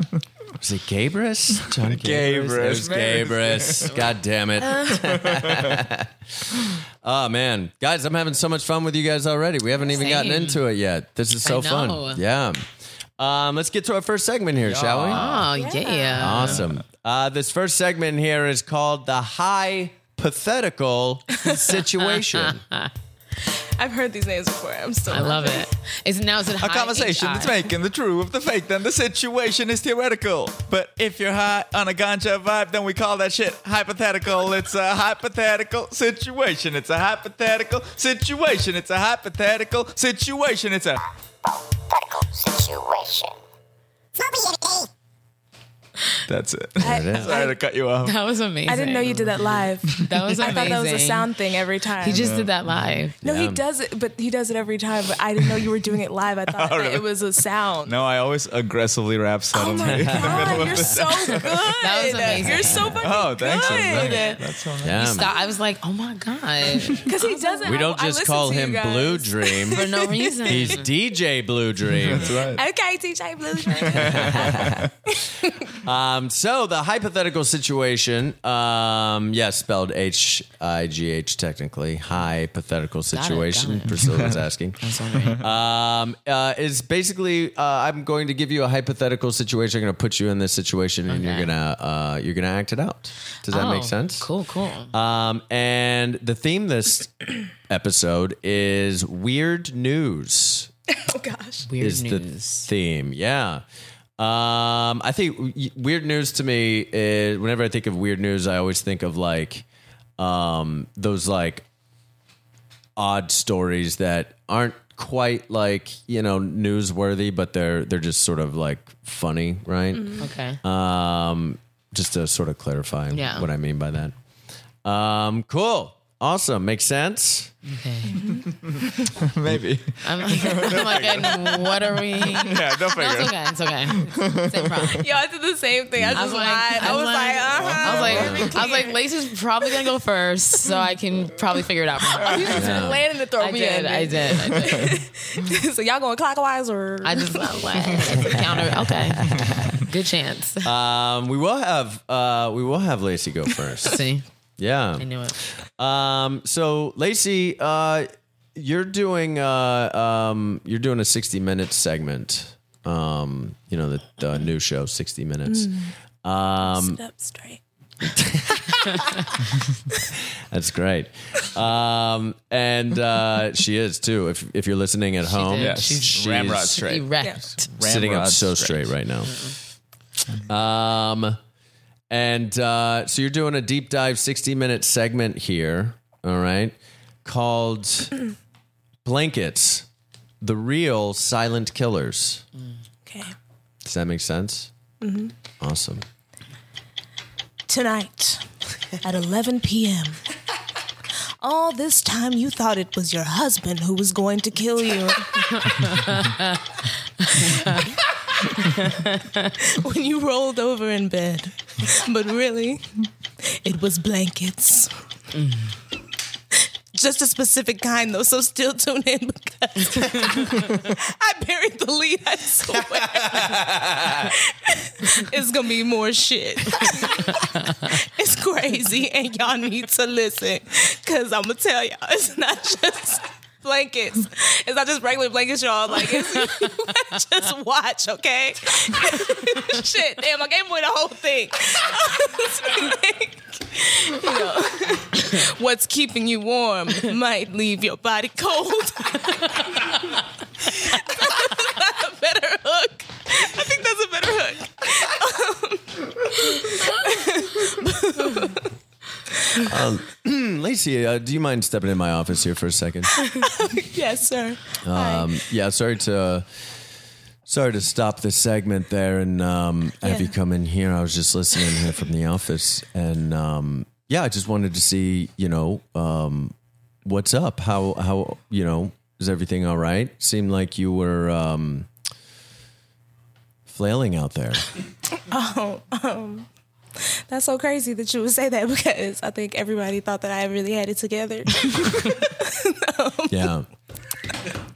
Speaker 3: Was it Gabrus? John Gabris. It was
Speaker 5: Maybe.
Speaker 3: Gabrus. God damn it. oh man, guys, I'm having so much fun with you guys already. We haven't even gotten
Speaker 6: Same.
Speaker 3: into it yet. This is so
Speaker 6: I know.
Speaker 3: fun. Yeah. Um, let's get to our first segment here, shall we?
Speaker 6: Oh, yeah.
Speaker 3: Awesome. Uh, this first segment here is called the hypothetical situation.
Speaker 4: I've heard these names before. I'm still.
Speaker 6: I love it. Is now is it
Speaker 5: A conversation that's making the true of the fake, then the situation is theoretical. But if you're high on a ganja vibe, then we call that shit hypothetical. It's a hypothetical situation. It's a hypothetical situation. It's a hypothetical situation. It's a that's it. Sorry to cut you off.
Speaker 6: That was amazing.
Speaker 4: I didn't know you did that live.
Speaker 6: That was
Speaker 4: I
Speaker 6: amazing.
Speaker 4: thought that was a sound thing every time.
Speaker 6: He just did that live.
Speaker 4: no, he does it, but he does it every time. But I didn't know you were doing it live. I thought that it was a sound.
Speaker 5: No, I always aggressively rap
Speaker 4: Oh
Speaker 5: suddenly.
Speaker 4: my god, you're so good. That
Speaker 6: was amazing.
Speaker 4: You're so fucking
Speaker 5: Oh, thanks.
Speaker 4: good.
Speaker 3: Yeah.
Speaker 6: Stop. I was like, oh my god,
Speaker 4: Because he doesn't.
Speaker 3: We don't
Speaker 4: I- I
Speaker 3: just
Speaker 4: listen
Speaker 3: call
Speaker 4: to you
Speaker 3: him
Speaker 4: guys.
Speaker 3: Blue Dream.
Speaker 6: for no reason.
Speaker 3: He's DJ Blue Dream.
Speaker 4: Okay, TJ Blue Dream.
Speaker 3: So the hypothetical situation, um, yes, spelled H I G H technically, hypothetical
Speaker 6: got
Speaker 3: situation.
Speaker 6: it.
Speaker 3: Priscilla was asking, um, uh, is basically uh, I'm going to give you a hypothetical situation. I'm going to put you in this situation, and you're
Speaker 6: Okay.
Speaker 3: gonna uh, you're gonna act it out. Does that make
Speaker 6: Oh,
Speaker 3: sense?
Speaker 6: Cool, cool.
Speaker 3: Um, and the theme this episode is weird news
Speaker 4: oh gosh.
Speaker 6: Weird
Speaker 3: is
Speaker 6: news.
Speaker 3: the theme. Yeah. Um, I think w- weird news to me is whenever I think of weird news, I always think of like um, those like odd stories that aren't quite like you know
Speaker 4: Mm-hmm.
Speaker 3: newsworthy, but they're they're just sort of like funny, right?
Speaker 6: okay.
Speaker 3: Um, just to sort of clarify
Speaker 6: Yeah.
Speaker 3: what I mean by that. Um, cool. Awesome. Makes sense.
Speaker 5: Maybe.
Speaker 6: I'm like, I'm like and what are we? No,
Speaker 5: Yeah, don't figure.
Speaker 6: it's okay. It's okay. Same problem.
Speaker 4: Yo, I did the same thing. I just
Speaker 6: was like-
Speaker 4: lied. I was like, uh huh.
Speaker 6: I was like, I was like, Lacey's probably gonna go first, so I can probably figure it out. From her.
Speaker 4: You just planning to throw
Speaker 6: I
Speaker 4: me
Speaker 6: did,
Speaker 4: in.
Speaker 6: I did, I did.
Speaker 4: so y'all going clockwise or?
Speaker 6: I just love what it's a counter. Okay, good chance.
Speaker 3: Um, we will have uh, we will have Lacey go first.
Speaker 6: See,
Speaker 3: Yeah.
Speaker 6: I knew it.
Speaker 3: Um, so Lacey, uh, you're doing uh, um, you're doing a 60 minute segment. Um, you know the, the new show, 60 minutes. Um,
Speaker 4: Sit up straight.
Speaker 3: that's great. Um, and uh, she is too. If if you're listening at home,
Speaker 6: did.
Speaker 5: Yes.
Speaker 3: she's,
Speaker 5: Ramrod straight.
Speaker 6: Erect.
Speaker 3: sitting up
Speaker 5: Ramrod
Speaker 3: so straight, right now. Um, and uh, so you're doing a deep dive 60 minute segment here, all right, called Blankets, the real silent killers.
Speaker 4: Okay.
Speaker 3: Does that make sense? Mm-hmm. Awesome.
Speaker 4: Tonight at 11 p.m. All this time you thought it was your husband who was going to kill you. when you rolled over in bed. But really, it was blankets. Just a specific kind, though, so still tune in because I buried the lead, I swear. it's gonna be more shit. It's crazy, and y'all need to listen because I'm gonna tell y'all it's not just blankets. It's not just regular blankets, y'all. Like, it's, just watch, okay? Shit, damn, I gave away the whole thing. you know, what's keeping you warm might leave your body cold. that's a better hook. I think that's a better hook.
Speaker 3: Lacey, uh, do you mind stepping in my office here for a second?
Speaker 4: Yes, sir.
Speaker 3: Um, yeah, sorry to sorry to stop the segment there and um, have
Speaker 4: Yeah.
Speaker 3: you come in here. I was just listening here from the office, and um, yeah, I just wanted to see, you know, um, what's up? How how you know is everything all right? Seemed like you were um, flailing out there.
Speaker 4: That's so crazy that you would say that because I think everybody thought that I really had it together.
Speaker 3: Yeah.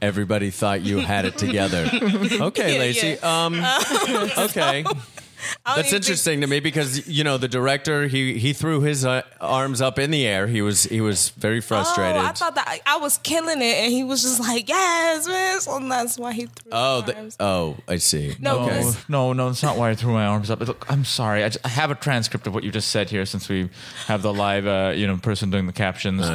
Speaker 3: Everybody thought you had it together. Okay,
Speaker 4: Yeah,
Speaker 3: Lacey.
Speaker 4: Oh,
Speaker 3: Um, okay. That's
Speaker 4: even think-
Speaker 3: interesting to me because you know the director he he threw his uh, arms up in the air. He was he was very frustrated.
Speaker 4: Oh, I thought that I, I was killing it, and he was just like, "Yes, miss," and that's why he threw.
Speaker 3: oh,
Speaker 4: the,
Speaker 3: the,
Speaker 4: arms.
Speaker 3: oh, I see.
Speaker 4: no,
Speaker 5: Oh,
Speaker 4: because-
Speaker 5: no, no, it's not why I threw my arms up. Look, I'm sorry. I, just, I have a transcript of what you just said here, since we have the live, uh, you know, person doing the captions.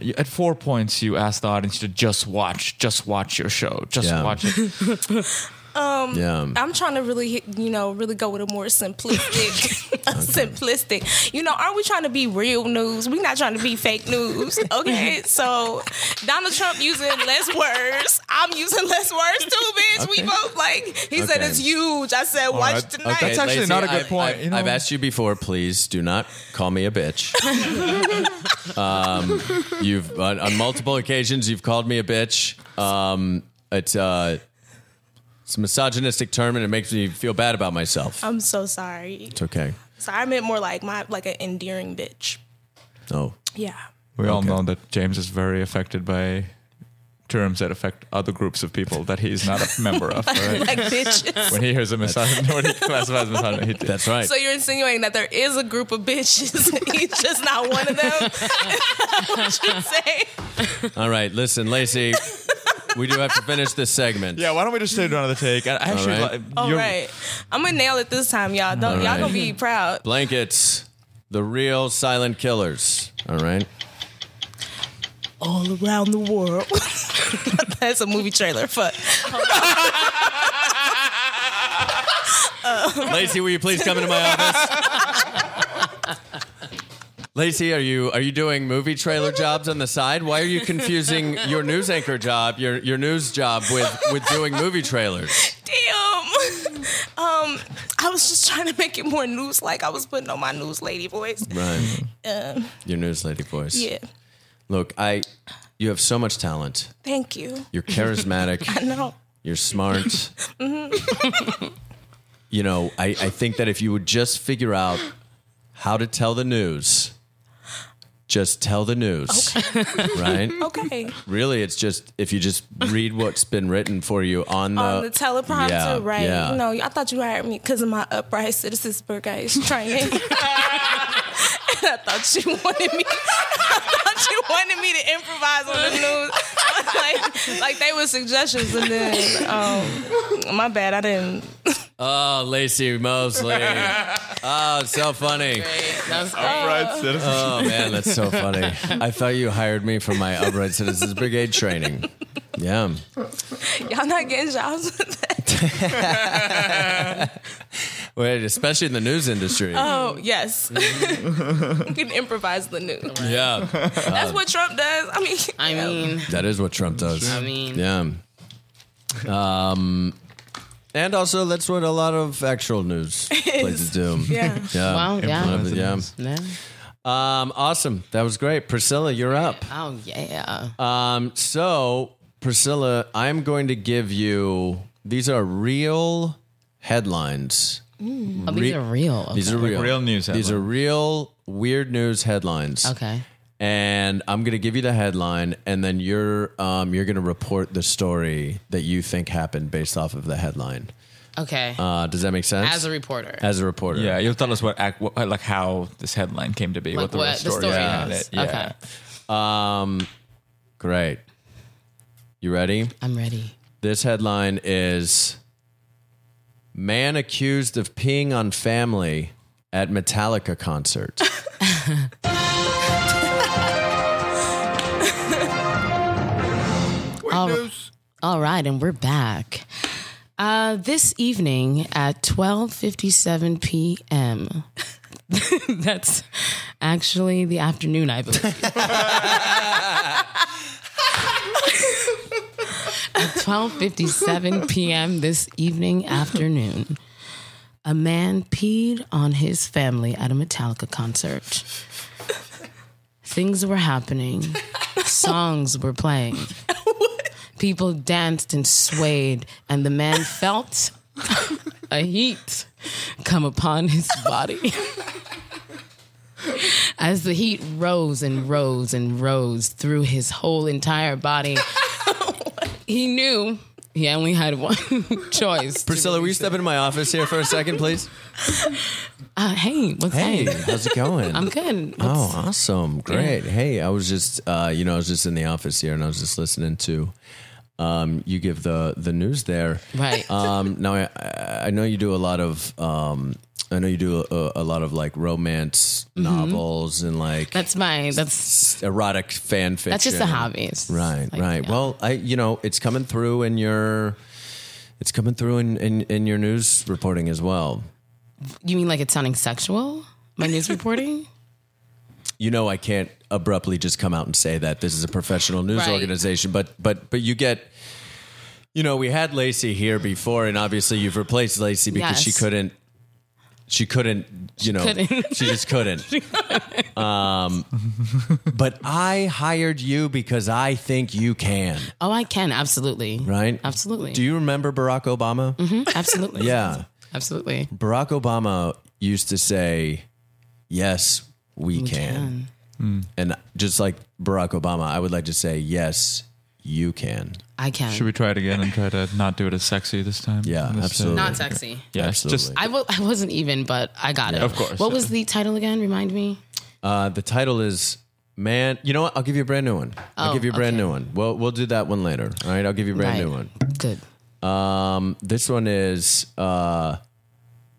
Speaker 5: You- At four points, you asked the audience to just watch, just watch your show, just
Speaker 3: Yeah.
Speaker 5: watch it.
Speaker 4: mm,
Speaker 3: yeah.
Speaker 4: I'm trying to really, hit- you know, really go with a more simplistic, simplistic. You know, aren't we trying to be real news? We're not trying to be fake news, okay? so Donald Trump using less words. I'm using less words too, bitch. We
Speaker 5: Okay.
Speaker 4: both like he said
Speaker 3: Okay.
Speaker 4: it's huge. I said watch
Speaker 5: right.
Speaker 4: tonight.
Speaker 5: Okay. That's actually not a good
Speaker 3: I've-
Speaker 5: point,
Speaker 3: I've,
Speaker 5: you know?
Speaker 3: I've asked you before. Please do not call me a bitch. um, you've on, on multiple occasions you've called me a bitch. Um, it's uh, it's a misogynistic term, and it makes me feel bad about myself.
Speaker 5: Um,
Speaker 4: I'm so sorry.
Speaker 3: it's okay.
Speaker 4: So I meant more like my like an endearing bitch.
Speaker 3: No.
Speaker 4: Yeah.
Speaker 5: We all know that James is very affected by terms that affect other groups of people that he's not a member of. right?
Speaker 4: Like bitches.
Speaker 5: when he hears a misogynist, when he classifies misogynist, he-
Speaker 3: That's right.
Speaker 4: So you're insinuating that there is a group of bitches. He's just not one of them. Is that what you're saying?
Speaker 3: All right, listen, Lacey, we do have to finish this segment.
Speaker 5: yeah. Why don't we just do another take? I I actually,
Speaker 3: right.
Speaker 5: like-
Speaker 4: All
Speaker 5: you're-
Speaker 4: right. I'm gonna nail it this time, y'all. Don't
Speaker 3: All
Speaker 4: y'all
Speaker 3: right.
Speaker 4: gonna be proud.
Speaker 3: Blankets, the real silent killers. All right.
Speaker 4: All around the world. That's a movie trailer. Fuck.
Speaker 3: Lacey, will you please come into my office? Lacey, are you are you doing movie trailer jobs on the side? Why are you confusing your news anchor job, your your news job with with doing movie trailers?
Speaker 4: Damn. Um, I was just trying to make it more news like I was putting on my news lady voice.
Speaker 3: Right.
Speaker 4: Um,
Speaker 3: Your news lady voice.
Speaker 4: yeah.
Speaker 3: Look, I you have so much talent.
Speaker 4: Thank you.
Speaker 3: You're charismatic.
Speaker 4: I know.
Speaker 3: You're smart.
Speaker 4: Mm-hmm.
Speaker 3: you know, I, I think that if you would just figure out how to tell the news, just tell the news. Right?
Speaker 4: Okay.
Speaker 3: Really, it's just if you just read what's been written for you on the,
Speaker 5: Uh,
Speaker 4: On the teleprompter,
Speaker 3: yeah,
Speaker 4: right?
Speaker 3: Yeah.
Speaker 4: No, Oh, I thought you hired me because of my upright citizensburg guys training. and I thought you wanted me. I thought you wanted me to improvise on the news, like like they were suggestions, and then um, my bad, I didn't.
Speaker 3: Oh, Lacey Mosley. oh, it's so funny.
Speaker 6: That was great.
Speaker 4: Uh,
Speaker 3: Oh, man, that's so funny. I thought you hired me for my Upright Citizens Brigade training. Yeah.
Speaker 4: Y'all not getting jobs with that.
Speaker 3: Wait, especially in the news industry.
Speaker 4: Oh yes, you can improvise the news.
Speaker 3: yeah.
Speaker 4: That's what Trump does. I mean,
Speaker 6: I mean,
Speaker 3: That is what Trump does.
Speaker 6: I mean,
Speaker 3: yeah. Um, and also that's what a lot of actual news places do.
Speaker 4: yeah.
Speaker 3: Yeah.
Speaker 6: well, yeah.
Speaker 3: But yeah.
Speaker 6: Yeah.
Speaker 3: Um, awesome. That was great. Priscilla, you're up.
Speaker 6: Oh yeah.
Speaker 3: Um, so Priscilla, I'm going to give you these are real headlines.
Speaker 6: oh, these are real. Okay.
Speaker 3: These are real.
Speaker 5: real news
Speaker 3: These are real weird news headlines.
Speaker 6: okay.
Speaker 3: and I'm gonna give you the headline, and then you're um, you're gonna report the story that you think happened based off of the headline.
Speaker 6: Okay.
Speaker 3: Uh, does that make sense?
Speaker 6: As a reporter.
Speaker 3: As a reporter.
Speaker 5: Yeah, you'll tell us what, act, what like how this headline came to be, what
Speaker 6: like
Speaker 5: the real story, behind
Speaker 6: is.
Speaker 5: it. Yeah.
Speaker 6: Okay.
Speaker 3: Great. You ready?
Speaker 6: I'm ready.
Speaker 3: This headline is: Man accused of peeing on family at Metallica concert.
Speaker 6: All right, and we're back. Uh, this evening at 12:57 p.m. That's actually the afternoon, I believe. at 12:57 p.m. this evening afternoon, a man peed on his family at a Metallica concert. Things were happening. Songs were playing people danced and swayed, and the man felt a heat come upon his body. As the heat rose and rose and rose through his whole entire body, he knew he only had one choice.
Speaker 3: Priscilla, will you step into my office here for a second, please?
Speaker 6: Uh, hey, what's
Speaker 3: Hey,
Speaker 6: up?
Speaker 3: how's it going?
Speaker 6: I'm good.
Speaker 3: Oh,
Speaker 6: What's,
Speaker 3: awesome. Great. Hey, I was just uh, you know, I was just in the office here and I was just listening to um, you give the the news there.
Speaker 6: Right.
Speaker 3: Um, now I- I I know you do a lot of um, I know you do a, a lot of like romance novels and like
Speaker 6: Mm-hmm. that's my that's
Speaker 3: erotic fan fiction.
Speaker 6: that's just a hobby. It's
Speaker 3: Right,
Speaker 6: like,
Speaker 3: right.
Speaker 6: yeah.
Speaker 3: Well, I you know, it's coming through in your it's coming through in, in, in your news reporting as well.
Speaker 6: you mean like it's sounding sexual? My news reporting.
Speaker 3: you know I can't abruptly just come out and say that this is a professional news
Speaker 6: Right.
Speaker 3: organization, but but but you get you know, we had Lacey here before and obviously you've replaced Lacey because she
Speaker 6: Yes.
Speaker 3: couldn't she couldn't, you know,
Speaker 6: couldn't.
Speaker 3: she just couldn't. um but I hired you because I think you can,
Speaker 6: Oh, I can absolutely.
Speaker 3: right?
Speaker 6: Absolutely.
Speaker 3: Do you remember Barack Obama?
Speaker 6: Absolutely.
Speaker 3: Yeah.
Speaker 6: Absolutely.
Speaker 3: Barack Obama used to say, "Yes, we, can,", and just like Barack Obama, I would like to say, "Yes, you can."
Speaker 6: I can.
Speaker 5: Should we try it again and try to not do it as sexy this time?
Speaker 3: Yeah,
Speaker 5: This-
Speaker 3: absolutely.
Speaker 6: Not sexy.
Speaker 5: Yeah,
Speaker 3: Absolutely.
Speaker 5: Just,
Speaker 6: I w- I wasn't even, but I got it.
Speaker 5: Of course,
Speaker 6: What
Speaker 5: yeah.
Speaker 6: was the title again? Remind me.
Speaker 3: Uh, the title is. Man, you know what? I'll give you a brand new one. I'll
Speaker 6: Oh,
Speaker 3: give you a brand
Speaker 6: okay.
Speaker 3: new one. Well, we'll do that one later. All right, I'll give you a brand
Speaker 6: Right.
Speaker 3: new one.
Speaker 6: Good.
Speaker 3: Um, this one is uh,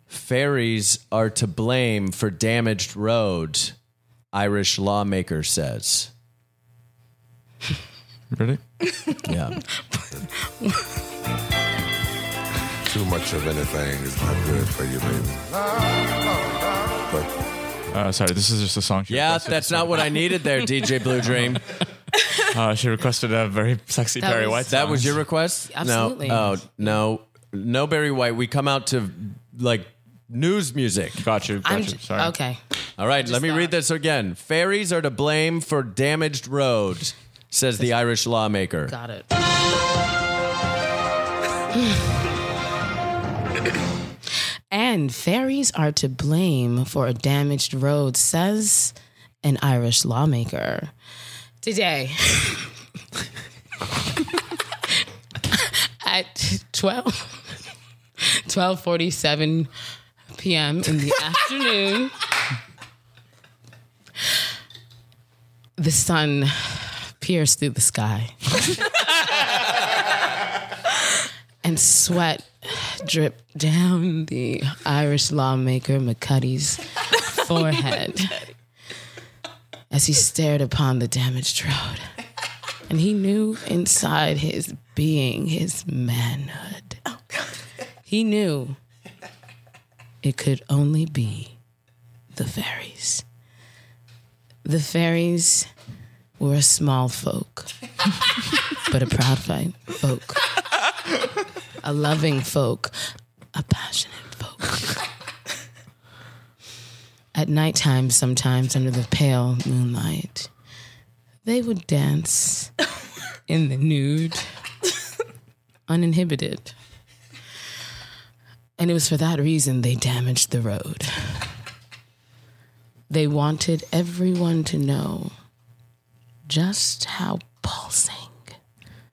Speaker 3: fairies are to blame for damaged roads. Irish lawmaker says.
Speaker 5: ready?
Speaker 3: Yeah.
Speaker 8: Too much of anything is not good for you, baby.
Speaker 5: Uh, sorry, this is just a song. She
Speaker 3: Yeah,
Speaker 5: requested.
Speaker 3: that's not what I needed there, DJ Blue Dream.
Speaker 5: Uh, she requested a very sexy
Speaker 6: That
Speaker 5: Barry
Speaker 6: was-
Speaker 5: White.
Speaker 3: That
Speaker 5: song.
Speaker 3: was your request?
Speaker 6: Absolutely.
Speaker 3: No. Oh, no. No Barry White. We come out to like news music.
Speaker 5: Got you. Got
Speaker 6: I'm
Speaker 5: you.
Speaker 6: j-
Speaker 5: Sorry.
Speaker 6: okay.
Speaker 3: All right, let me read this again. Ferries are to blame for damaged roads, says the Irish lawmaker.
Speaker 6: Got it. and fairies are to blame for a damaged road, says an Irish lawmaker. Today, at 12, 12.47 p.m. in the afternoon, the sun pierced through the sky. and sweat dripped down the Irish lawmaker McCuddy's forehead as he stared upon the damaged road. And he knew inside his being, his manhood, he knew it could only be the fairies. The fairies were a small folk, but a proud fi- folk a loving folk, a passionate folk. At nighttime, sometimes under the pale moonlight, they would dance in the nude, uninhibited. And it was for that reason they damaged the road. They wanted everyone to know just how pulsing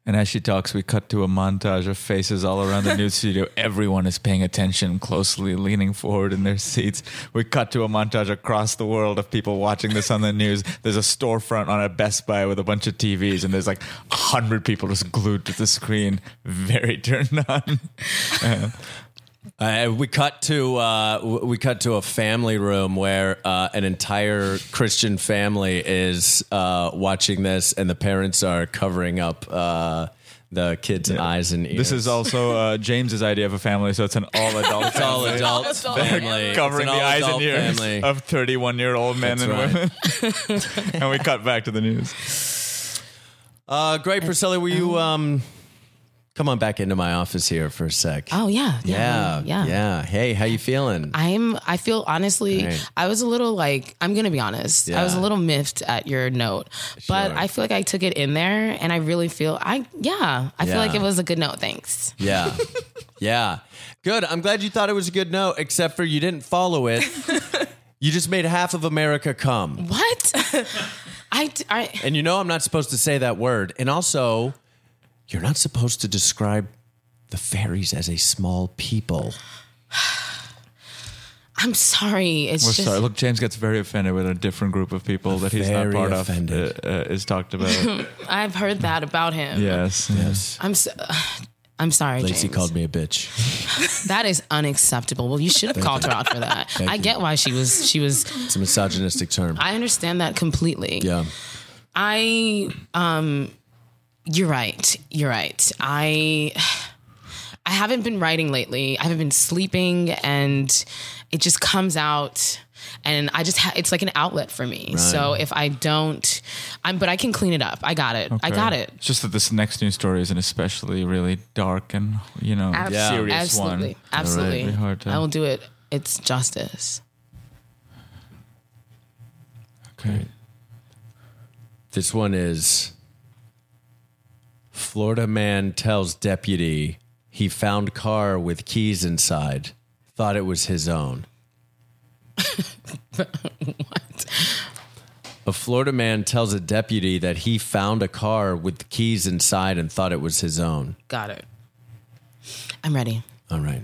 Speaker 5: And as she talks, we cut to a montage of faces all around the nude studio. Everyone is paying attention closely, leaning forward in their seats. We cut to a montage across the world of people watching this on the news. There's a storefront on a Best Buy with a bunch of TVs, and there's like a hundred people just glued to the screen, very turned on.
Speaker 3: Uh, we cut to uh, w- we cut to a family room where uh, an entire Christian family is uh, watching this, and the parents are covering up uh, the kids' eyes and ears.
Speaker 5: This is also uh, James's idea of a family, so it's an all adult.
Speaker 3: It's all adults
Speaker 4: Adult
Speaker 3: family It's
Speaker 5: Covering
Speaker 3: an
Speaker 5: the eyes and
Speaker 3: all-adult
Speaker 5: ears
Speaker 3: family.
Speaker 5: of 31 year old men
Speaker 3: That's
Speaker 5: and
Speaker 3: right.
Speaker 5: women. and we cut back to the news.
Speaker 3: Uh, great, Priscilla. Will you um, come on back into my office here for a sec?
Speaker 6: Oh yeah,
Speaker 3: yeah, yeah, Hey, how you feeling?
Speaker 6: I'm. I feel honestly.
Speaker 3: Great.
Speaker 6: I was a little like. I'm gonna be honest. I was
Speaker 3: Yeah.
Speaker 6: a little miffed at your note, but
Speaker 3: Sure.
Speaker 6: I feel like I took it in there, and I really feel. I yeah. I
Speaker 3: Yeah.
Speaker 6: feel like it was a good note. Thanks.
Speaker 3: yeah, yeah. Good. I'm glad you thought it was a good note, except for you didn't follow it. you just made half of America come.
Speaker 6: What? I, d- I-
Speaker 3: And you know I'm not supposed to say that word. And also, you're not supposed to describe the fairies as a small people.
Speaker 6: I'm sorry. It's
Speaker 5: We're
Speaker 6: just.
Speaker 5: sorry. Look, James gets very offended when a different group of people that he's not
Speaker 3: Very
Speaker 5: part
Speaker 3: offended.
Speaker 5: of uh, uh, is talked about.
Speaker 6: I've heard that about him.
Speaker 5: yes. Yes.
Speaker 6: I'm. So, I'm sorry,
Speaker 3: Lacey
Speaker 6: James.
Speaker 3: called me a bitch.
Speaker 6: That is unacceptable. Well, you should have called her out for that. I
Speaker 3: you.
Speaker 6: get why she was. She was.
Speaker 3: It's a misogynistic term.
Speaker 6: I understand that completely.
Speaker 3: yeah.
Speaker 6: I um you're right. You're right. I I haven't been writing lately. I haven't been sleeping and it just comes out and I just ha- it's like an outlet for me. So if I don't I'm but I can clean it up. I got it. I
Speaker 5: Okay.
Speaker 6: got it.
Speaker 5: It's just that this next news story is an especially really dark and you know
Speaker 4: Absolutely.
Speaker 5: serious
Speaker 6: Absolutely.
Speaker 5: one.
Speaker 6: Absolutely.
Speaker 5: Be hard to-
Speaker 6: I will do it. It's justice.
Speaker 5: Okay.
Speaker 3: This one is Florida man tells deputy he found car with keys inside, thought it was his own. A Florida man tells a deputy that he found a car with keys inside and thought it was his own.
Speaker 6: Got it. I'm ready.
Speaker 3: All right.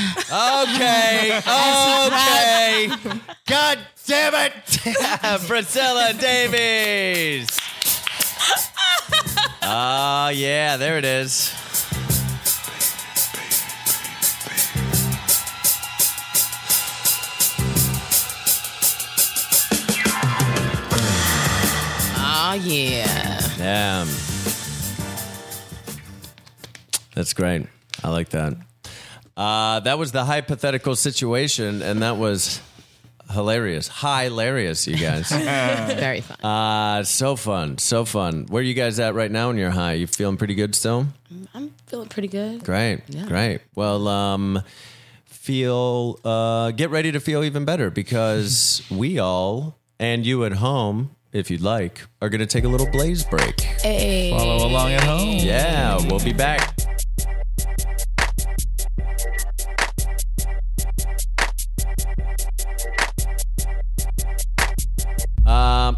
Speaker 3: okay. Okay. God damn it. Priscilla Davies. Oh, yeah. There it is.
Speaker 6: Oh yeah.
Speaker 3: Damn. That's great. I like that. Uh, that was the hypothetical situation, and that was hilarious. Hilarious, you guys.
Speaker 6: Very fun.
Speaker 3: uh, so fun. So fun. Where you guys at right now when you're high? You feeling pretty good still?
Speaker 6: I'm feeling pretty good.
Speaker 3: Great. Great. Well, um, feel uh, get ready to feel even better because we all and you at home, if you'd like, are going to take a little blaze break.
Speaker 4: Hey.
Speaker 5: Follow along at home.
Speaker 3: Yeah, we'll be back. Um,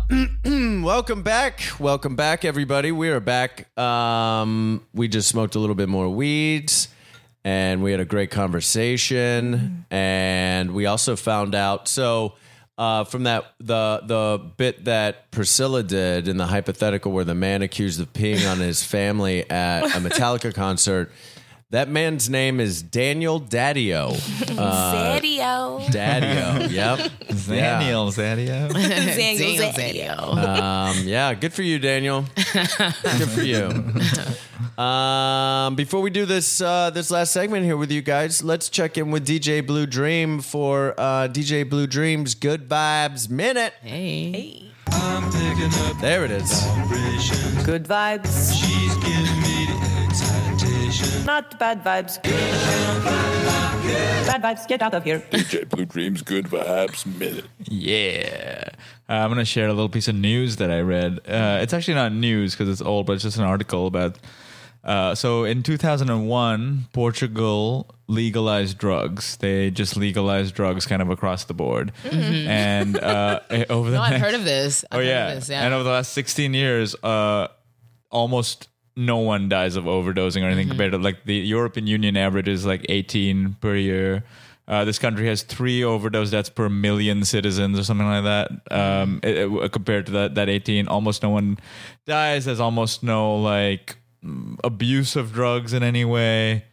Speaker 3: welcome back. Welcome back, everybody. We are back. Um, we just smoked a little bit more weeds and we had a great conversation. And we also found out so uh, from that the the bit that Priscilla did in the hypothetical where the man accused of peeing on his family at a Metallica concert. That man's name is Daniel Daddio.
Speaker 5: uh,
Speaker 4: Zadio.
Speaker 3: Daddio. yep.
Speaker 5: Daniel, Zadio.
Speaker 4: Daniel
Speaker 6: Daniel
Speaker 4: Zadio.
Speaker 3: Um, yeah, good for you, Daniel. Good for you. Um, before we do this uh, this last segment here with you guys, let's check in with DJ Blue Dream for uh, DJ Blue Dream's Good Vibes Minute.
Speaker 6: Hey.
Speaker 3: There it is.
Speaker 9: Good vibes. She's giving me the excitation. Not bad vibes. Bad vibes, get out of here.
Speaker 8: DJ Blue Dreams, good vibes, minute.
Speaker 5: Yeah. Uh, I'm going to share a little piece of news that I read. Uh, it's actually not news because it's old, but it's just an article about. Uh, so in 2001, Portugal legalized drugs. They just legalized drugs kind of across the board. And uh, over the
Speaker 6: Mm-hmm. No, I've
Speaker 5: next-
Speaker 6: heard of this. I've
Speaker 5: oh
Speaker 6: heard
Speaker 5: yeah.
Speaker 6: of this, yeah.
Speaker 5: And over the last 16 years, uh, almost no one dies of overdosing or
Speaker 6: Mm-hmm.
Speaker 5: anything compared to like the European Union average is like 18 per year. Uh, this country has three overdose deaths per million citizens or something like that.
Speaker 6: Mm-hmm.
Speaker 5: Um, it- it- compared to that, that 18, almost no one dies. There's almost no like mm, abuse of drugs in any way.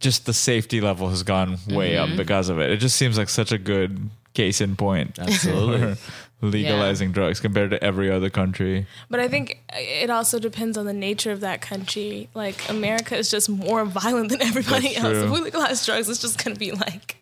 Speaker 5: Just the safety level has gone way
Speaker 4: Mm-hmm.
Speaker 5: up because of it. It just seems like such a good case in point. Absolutely. legalizing drugs compared to every other country.
Speaker 4: But I think it also depends on the nature of that country. Like America is just more violent than everybody
Speaker 5: That's
Speaker 4: else.
Speaker 5: true.
Speaker 4: If we legalize drugs, it's just gonna be like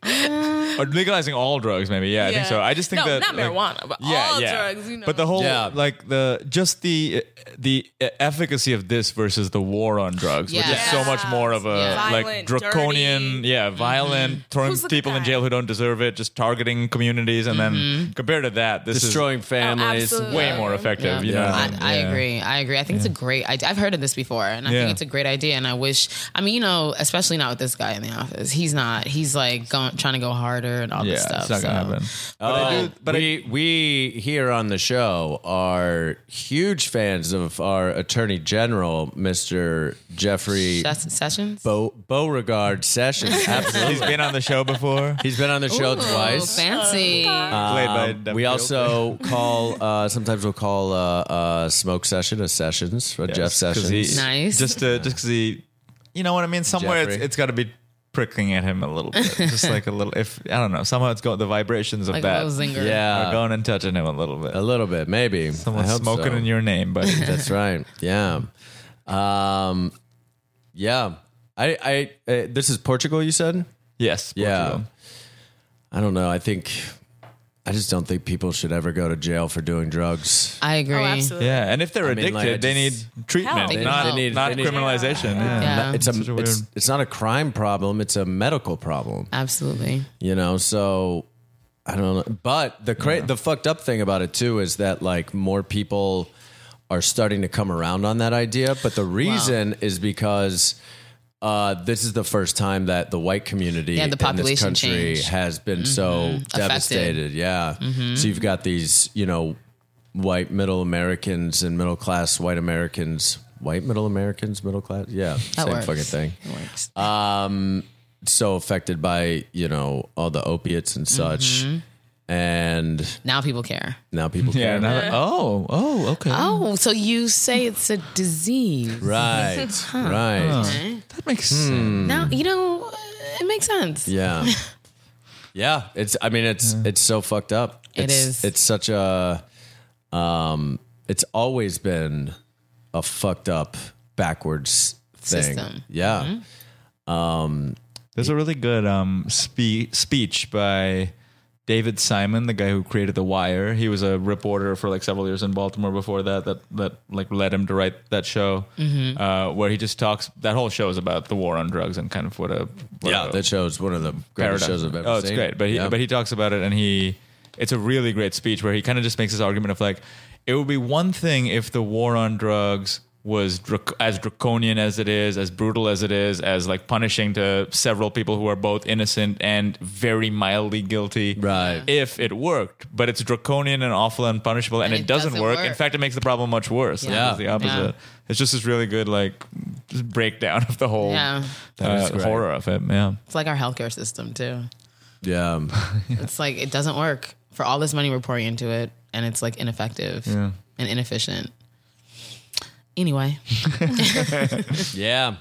Speaker 5: Or legalizing all drugs, maybe. Yeah, I think
Speaker 4: Yeah.
Speaker 5: so. I just think
Speaker 4: No,
Speaker 5: that
Speaker 4: not
Speaker 5: like-
Speaker 4: marijuana, but all drugs, you know.
Speaker 5: But the whole
Speaker 3: Yeah.
Speaker 5: like the just the the e, efficacy of this versus the war on drugs, which is
Speaker 6: Yeah.
Speaker 5: so much more of a
Speaker 6: Yeah.
Speaker 5: like
Speaker 4: Violent,
Speaker 5: draconian,
Speaker 4: dirty.
Speaker 5: yeah, violent, throwing
Speaker 4: Who's the
Speaker 5: people in
Speaker 4: guy? Mm-hmm.
Speaker 5: jail who don't deserve it, just targeting communities, and then compared to that, this
Speaker 3: Destroying families.
Speaker 5: is
Speaker 4: absolutely.
Speaker 5: way more effective. You know,
Speaker 6: I, I
Speaker 5: Yeah.
Speaker 6: agree. I agree. I think it's a great idea. I've heard of this before, and I
Speaker 5: Yeah.
Speaker 6: think it's a great idea. And I wish, I mean, you know, especially not with this guy in the office. He's not. He's like going, trying to go harder and all
Speaker 5: Yeah,
Speaker 6: this stuff.
Speaker 5: it's not gonna
Speaker 6: so.
Speaker 5: happen.
Speaker 3: Oh, we we here on the show are huge fans of our Attorney General, Mr. Jeffrey
Speaker 6: Ses- Sessions.
Speaker 3: Bo- Beauregard Sessions. Absolutely,
Speaker 5: He's been on the show before.
Speaker 3: he's been on the show twice.
Speaker 6: Oh, fancy.
Speaker 5: played by
Speaker 3: Um,
Speaker 5: Doug
Speaker 3: we
Speaker 5: Field.
Speaker 3: also call uh, sometimes we'll call uh, uh, smoke session a sessions a Jeff
Speaker 5: Yes, 'cause
Speaker 3: sessions.
Speaker 5: he-
Speaker 6: Nice.
Speaker 5: Just to, just because he, you know what I mean. Somewhere
Speaker 3: Jeffrey.
Speaker 5: it's, it's got to be pricking at him a little bit, just like a little. If I don't know, somehow it's got the vibrations of
Speaker 6: like
Speaker 5: that
Speaker 6: a little zinger.
Speaker 5: are
Speaker 3: yeah,
Speaker 5: going and touching him a little bit.
Speaker 3: a little bit maybe. I
Speaker 5: Someone's
Speaker 3: hope
Speaker 5: smoking
Speaker 3: so.
Speaker 5: in your name, buddy.
Speaker 3: That's right. Yeah, um, yeah. I, I uh, this is Portugal. You said.
Speaker 5: yes.
Speaker 3: Yeah.
Speaker 5: Portugal.
Speaker 3: I don't know. I think I just don't think people should ever go to jail for doing drugs.
Speaker 6: I agree.
Speaker 4: oh, absolutely.
Speaker 5: Yeah, and if they're
Speaker 3: mean,
Speaker 5: addicted,
Speaker 3: like, I
Speaker 5: they need
Speaker 3: just-
Speaker 5: treatment,
Speaker 4: Help. They
Speaker 5: not,
Speaker 6: need
Speaker 3: help.
Speaker 5: not
Speaker 3: They need-
Speaker 5: criminalization. Yeah.
Speaker 6: Yeah.
Speaker 3: It's
Speaker 5: Such a
Speaker 3: a,
Speaker 5: weird-
Speaker 3: it's it's not a crime problem. It's a medical problem.
Speaker 6: Absolutely.
Speaker 3: You know, so I don't know. But the cra- the fucked up thing about it too is that like more people are starting to come around on that idea. But the reason is because uh, this is the first time that the white community
Speaker 6: Yeah, the
Speaker 3: in this
Speaker 6: population
Speaker 3: country
Speaker 6: change. Mm-hmm.
Speaker 3: has been so devastated. Yeah. So you've got these, you know, white middle Americans and middle class white Americans, white middle Americans, middle class. Yeah.
Speaker 6: That
Speaker 3: same
Speaker 6: works.
Speaker 3: fucking thing
Speaker 6: It works.
Speaker 5: Uh,
Speaker 3: so affected by you know all the opiates and such
Speaker 6: Mm-hmm.
Speaker 3: and
Speaker 6: now people care.
Speaker 3: now people
Speaker 5: Yeah,
Speaker 3: care
Speaker 5: now that- oh, oh, okay.
Speaker 6: Oh, so you say it's a disease?
Speaker 3: right right
Speaker 5: That makes
Speaker 6: hmm.
Speaker 5: sense.
Speaker 6: Now you know it makes sense.
Speaker 3: yeah yeah it's i mean it's it's so fucked up
Speaker 6: It
Speaker 3: it's,
Speaker 6: is.
Speaker 3: it's such a um it's always been a fucked up backwards thing
Speaker 6: System. Mm-hmm.
Speaker 3: yeah
Speaker 5: There's a really good um spe- speech by David Simon, the guy who created The Wire, he was a reporter for like several years in Baltimore before that. That that like led him to write that show, uh, where he just talks. That whole show is about the war on drugs and kind of what a what
Speaker 3: Yeah,
Speaker 5: a
Speaker 3: that show's one of the greatest
Speaker 5: paradox.
Speaker 3: shows I've ever
Speaker 5: oh,
Speaker 3: seen.
Speaker 5: it's great. But he
Speaker 3: Yeah.
Speaker 5: but he talks about it, and he it's a really great speech where he kind of just makes this argument of like it would be one thing if the war on drugs was drac- as draconian as it is, as brutal as it is, as like punishing to several people who are both innocent and very mildly guilty.
Speaker 3: Right.
Speaker 5: If it worked, but it's draconian and awful and punishable, and, it, doesn't, work. In fact, it makes the problem much worse.
Speaker 6: Yeah.
Speaker 5: It's the opposite. It's just this really good like breakdown of the whole
Speaker 6: Yeah.
Speaker 5: uh,
Speaker 3: is great.
Speaker 5: horror of it. Yeah.
Speaker 6: It's like our healthcare system too.
Speaker 3: Yeah.
Speaker 6: It's like it doesn't work for all this money we're pouring into it, and it's like ineffective and inefficient. Anyway,
Speaker 3: Yeah.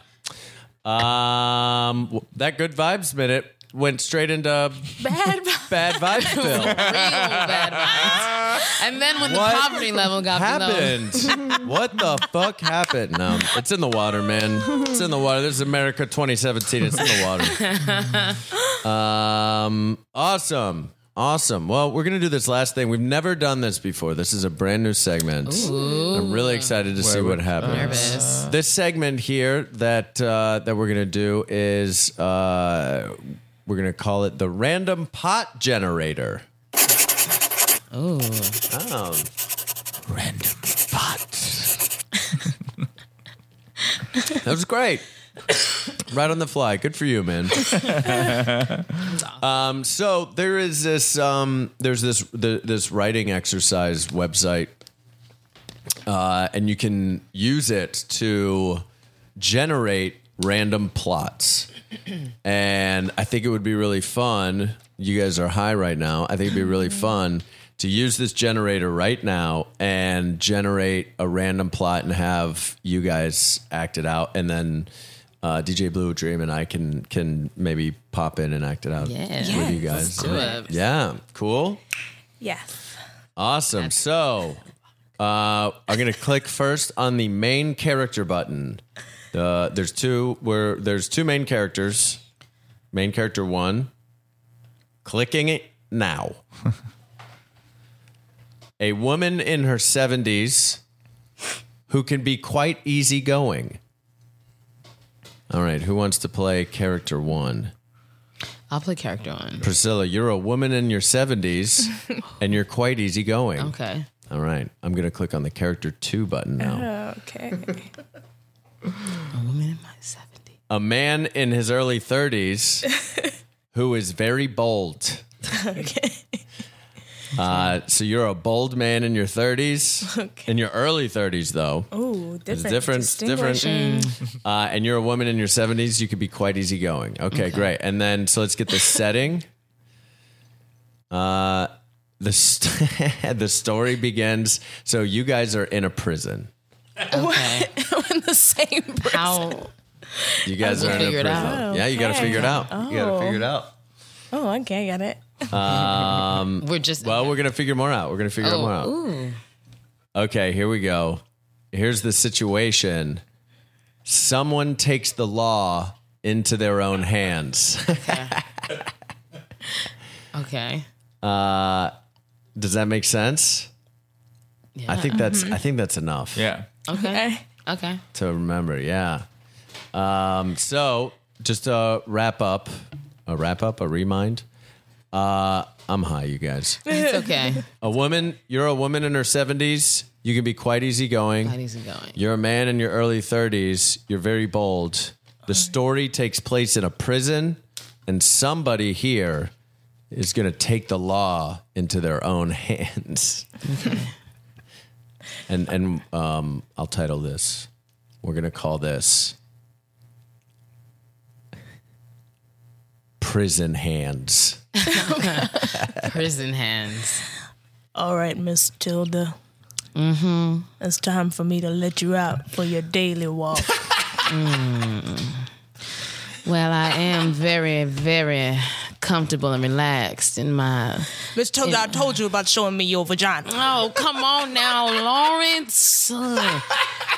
Speaker 3: Um, w- that good vibes minute went straight into
Speaker 4: Bad.
Speaker 3: bad vibes. Phil,
Speaker 6: real bad vibes. And then when
Speaker 3: What
Speaker 6: the poverty level got below,
Speaker 3: happened? what the fuck happened? No, it's in the water, man. It's in the water. This is America 2017. It's in the water. Um, awesome. Awesome. Well, we're going to do this last thing. We've never done this before. This is a brand new segment. I'm really excited to see what happens.
Speaker 6: nervous.
Speaker 3: This segment here that uh, that we're gonna do is uh, we're gonna call it the random pot generator. Oh, random pot. that was great. Right on the fly. Good for you, man. um, so there is this um, there's this the, this writing exercise website uh, and you can use it to generate random plots. and I think it would be really fun. You guys are high right now. I think it'd be really fun to use this generator right now and generate a random plot and have you guys act it out, and then. Uh, DJ Blue Dream and I can can maybe pop in and act it out
Speaker 6: Yeah.
Speaker 3: with you
Speaker 6: Yes,
Speaker 3: guys.
Speaker 6: let's do it.
Speaker 3: Yeah, cool.
Speaker 4: Yes.
Speaker 3: Awesome. so uh, I'm gonna click first on the main character button. Uh, there's two where there's two main characters. Main character one. Clicking it now. A woman in her 70s who can be quite easygoing. All right, who wants to play character one?
Speaker 6: I'll play character one.
Speaker 3: Priscilla, you're a woman in your 70s and you're quite easygoing.
Speaker 6: Okay.
Speaker 3: All right. I'm going to click on the character two button now.
Speaker 4: Okay.
Speaker 6: A woman in my 70s.
Speaker 3: A man in his early 30s who is very bold. Uh, so you're a bold man in your 30s, in your early 30s though,
Speaker 4: Ooh, different.
Speaker 3: different- different-
Speaker 4: distinguishing.
Speaker 3: uh, and you're a woman in your 70s. You could be quite easygoing. Okay, great. And then so let's get the setting. Uh, the st- the story begins. So you guys are in a prison.
Speaker 6: Okay.
Speaker 4: in the same person.
Speaker 6: How?
Speaker 3: You guys are in a
Speaker 6: figure it
Speaker 3: prison.
Speaker 6: out.
Speaker 3: Yeah, you got to
Speaker 4: Okay.
Speaker 3: figure it out. You got to figure it out.
Speaker 4: Oh, okay, got it.
Speaker 6: We're just.
Speaker 3: Well, we're gonna figure more out. We're gonna figure
Speaker 6: Oh,
Speaker 3: more out.
Speaker 6: ooh.
Speaker 3: Okay, here we go. Here's the situation. Someone takes the law into their own hands.
Speaker 6: Okay.
Speaker 3: Does that make sense?
Speaker 6: Yeah. Mm-hmm.
Speaker 3: I think that's I think that's enough
Speaker 5: Yeah.
Speaker 6: Okay. Okay.
Speaker 3: to remember. Yeah. Um, so just a wrap up, a wrap up, a remind. Uh, I'm high, you guys.
Speaker 6: It's okay.
Speaker 3: A woman, you're a woman in her 70s. You can be quite easygoing.
Speaker 6: That isn't going.
Speaker 3: You're a man in your early 30s. You're very bold. The story takes place in a prison, and somebody here is going to take the law into their own hands. and and um, I'll title this. We're going to call this Prison Hands.
Speaker 6: Prison hands.
Speaker 1: All right, Miss Tilda. Mm-hmm. It's time for me to let you out for your daily walk.
Speaker 6: Well, I am very, very comfortable and relaxed in my.
Speaker 1: Miss Tilda, I told you about showing me your vagina.
Speaker 6: Oh, come on now, Lawrence. Ugh.